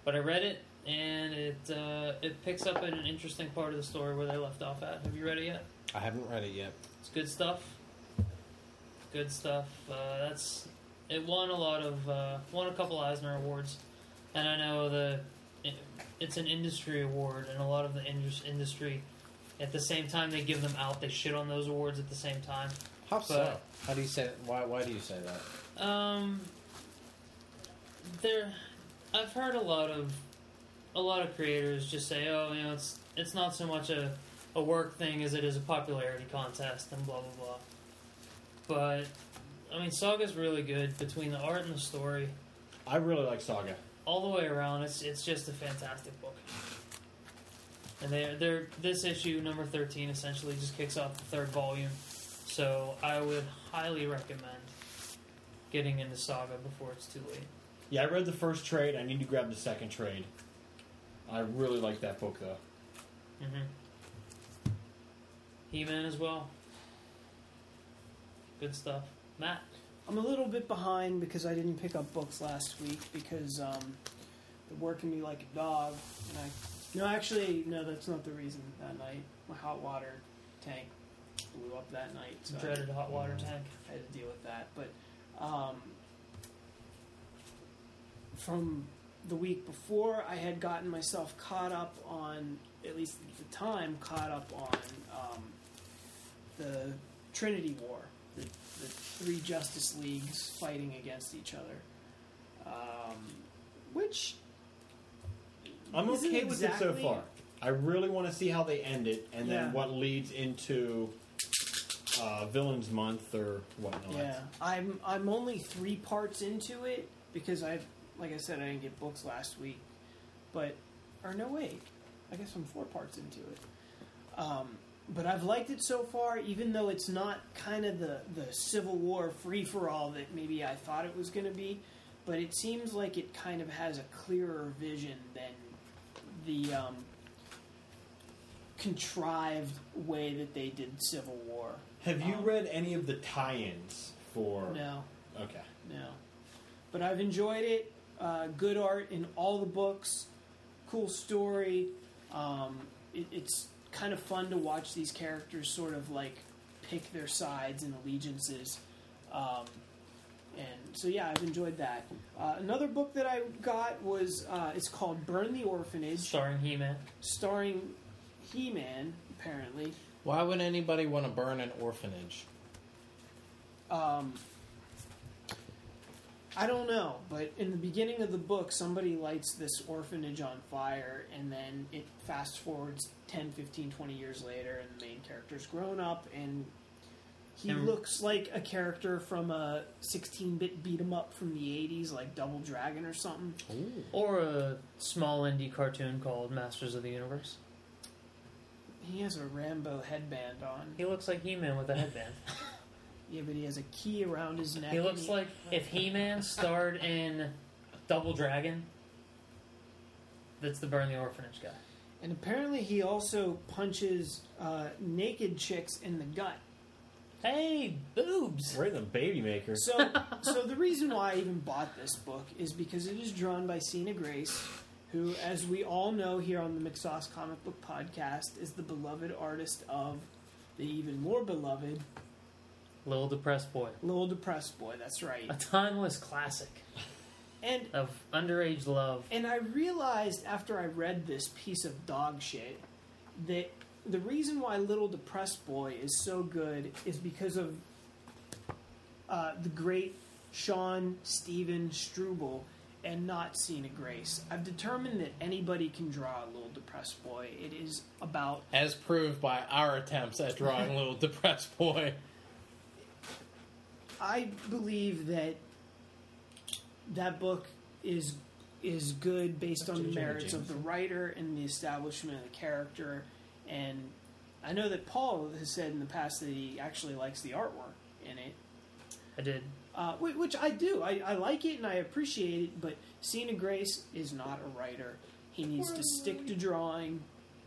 But I read it, and it uh, it picks up at an interesting part of the story where they left off at. Have you read it yet? I haven't read it yet. It's good stuff. Good stuff. Uh, that's it. Won a lot of uh, won a couple Eisner awards, and I know the it, it's an industry award, and a lot of the indus- industry at the same time they give them out, they shit on those awards at the same time. How so? How do you say? Why? Why do you say that? Um, there, I've heard a lot of a lot of creators just say, "Oh, you know, it's it's not so much a a work thing as it is a popularity contest," and blah blah blah. But I mean, Saga's really good between the art and the story, I really like Saga. all the way around. It's it's just a fantastic book. And they're, they're this issue number thirteen essentially just kicks off the third volume, so I would highly recommend getting into Saga before it's too late. Yeah, I read the first trade. I need to grab the second trade. I really like that book though. Mm-hmm. He Man as well. Good stuff. Matt, I'm a little bit behind because I didn't pick up books last week because um, they're working me like a dog. And I, no, actually, no, that's not the reason. That night, my hot water tank blew up that night, so I dreaded hot water tank. I had to deal with that. But um, from the week before, I had gotten myself caught up on, at least at the time, caught up on um, the Trinity War, the, the three Justice Leagues fighting against each other. Um, which I'm Isn't okay with it so exactly- far. I really want to see how they end it, and Yeah. then what leads into uh, Villains Month or whatnot. Yeah, I'm I'm only three parts into it because I, like I said, I didn't get books last week, but or no wait, I guess I'm four parts into it. Um, but I've liked it so far, even though it's not kind of the the Civil War free for all that maybe I thought it was going to be. But it seems like it kind of has a clearer vision than the um, contrived way that they did Civil War. Have you Um, read any of the tie-ins for? No. Okay. No. But I've enjoyed it. Uh, good art in all the books. Cool story. Um, it, it's kind of fun to watch these characters sort of like pick their sides and allegiances. Um, and so yeah, I've enjoyed that. Uh, another book that I got was uh, it's called Burn the Orphanage, starring He-Man. starring He-Man apparently. Why would anybody want to burn an orphanage? Um, I don't know, but in the beginning of the book, somebody lights this orphanage on fire, and then it fast forwards 10, 15, 20 years later, and the main character's grown up, and he And- looks like a character from a 16 bit beat 'em up from the 80s, like Double Dragon or something. Or a small indie cartoon called Masters of the Universe. He has a Rambo headband on. He looks like He-Man with a headband. Yeah, but he has a key around his neck. He and looks like if He-Man starred in Double Dragon. That's the Burn the Orphanage guy. And apparently, he also punches uh, naked chicks in the gut. Hey, boobs. We're the baby maker. So, so the reason why I even bought this book is because it is drawn by Cena Grace, who, as we all know here on the McSauce Comic Book Podcast, is the beloved artist of the even more beloved Little depressed boy. Little Depressed Boy. That's right. A timeless classic And of underage love. and I realized after I read this piece of dog shit that the reason why Little Depressed Boy is so good is because of uh, the great Sean Steven Struble and not Cena Grace. I've determined that anybody can draw a Little Depressed Boy. It is about As proved by our attempts at drawing Little Depressed Boy. I believe that that book is is good based on the merits of the writer and the establishment of the character. And I know that Paul has said in the past that he actually likes the artwork in it, I did. uh, whi- which I do. I, I like it and I appreciate it. But Cena Grace is not a writer. He needs to stick to drawing.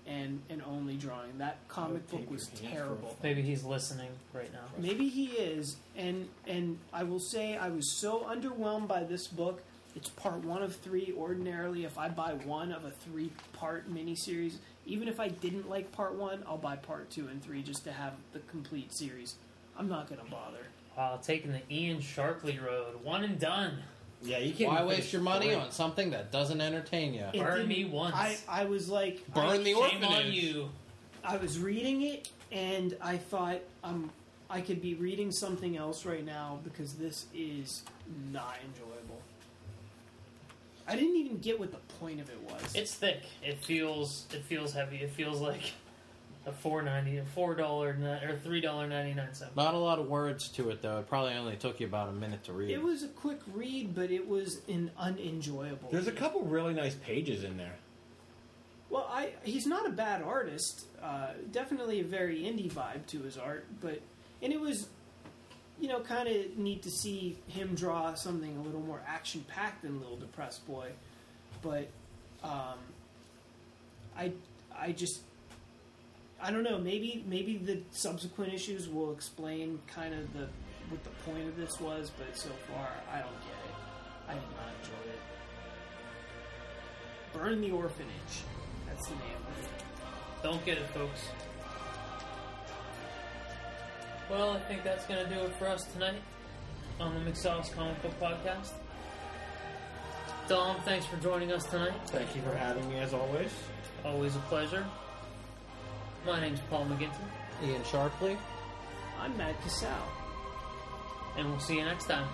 And, and only drawing that comic book was terrible. Maybe he's listening right now. Maybe he is, and and I will say I was so underwhelmed by this book. It's part one of three. Ordinarily, if I buy one of a three-part miniseries, even if I didn't like part one, I'll buy part two and three just to have the complete series. I'm not gonna bother. Wow, taking the Ian Sharpley road. One and done. Yeah, you can't. Why even waste finish your money three. on something that doesn't entertain you? It Burn didn't- me once. I, I was like, Burn the Shame orphanage. on you. I was reading it and I thought um, I could be reading something else right now because this is not enjoyable. I didn't even get what the point of it was. It's thick. It feels it feels heavy. It feels like a four ninety, a four dollar or three dollar ninety nine cent. Not a lot of words to it, though. It probably only took you about a minute to read. it was a quick read, but it was an unenjoyable. There's a read. couple really nice pages in there. Well, I he's not a bad artist. Uh, definitely a very indie vibe to his art, but and it was, you know, kind of neat to see him draw something a little more action packed than Little Depressed Boy. But um, I I just I don't know. Maybe maybe the subsequent issues will explain kind of the what the point of this was, but so far I don't get it. I did not enjoy it. Burn the Orphanage. That's the name of it. Don't get it, folks. Well, I think that's gonna do it for us tonight on the McSauce Comic Book Podcast. Dom, thanks for joining us tonight. Thank you for having me, as always. Always a pleasure. My name's Paul McGinty, Ian Sharpley. I'm Matt Cassell. and we'll see you next time.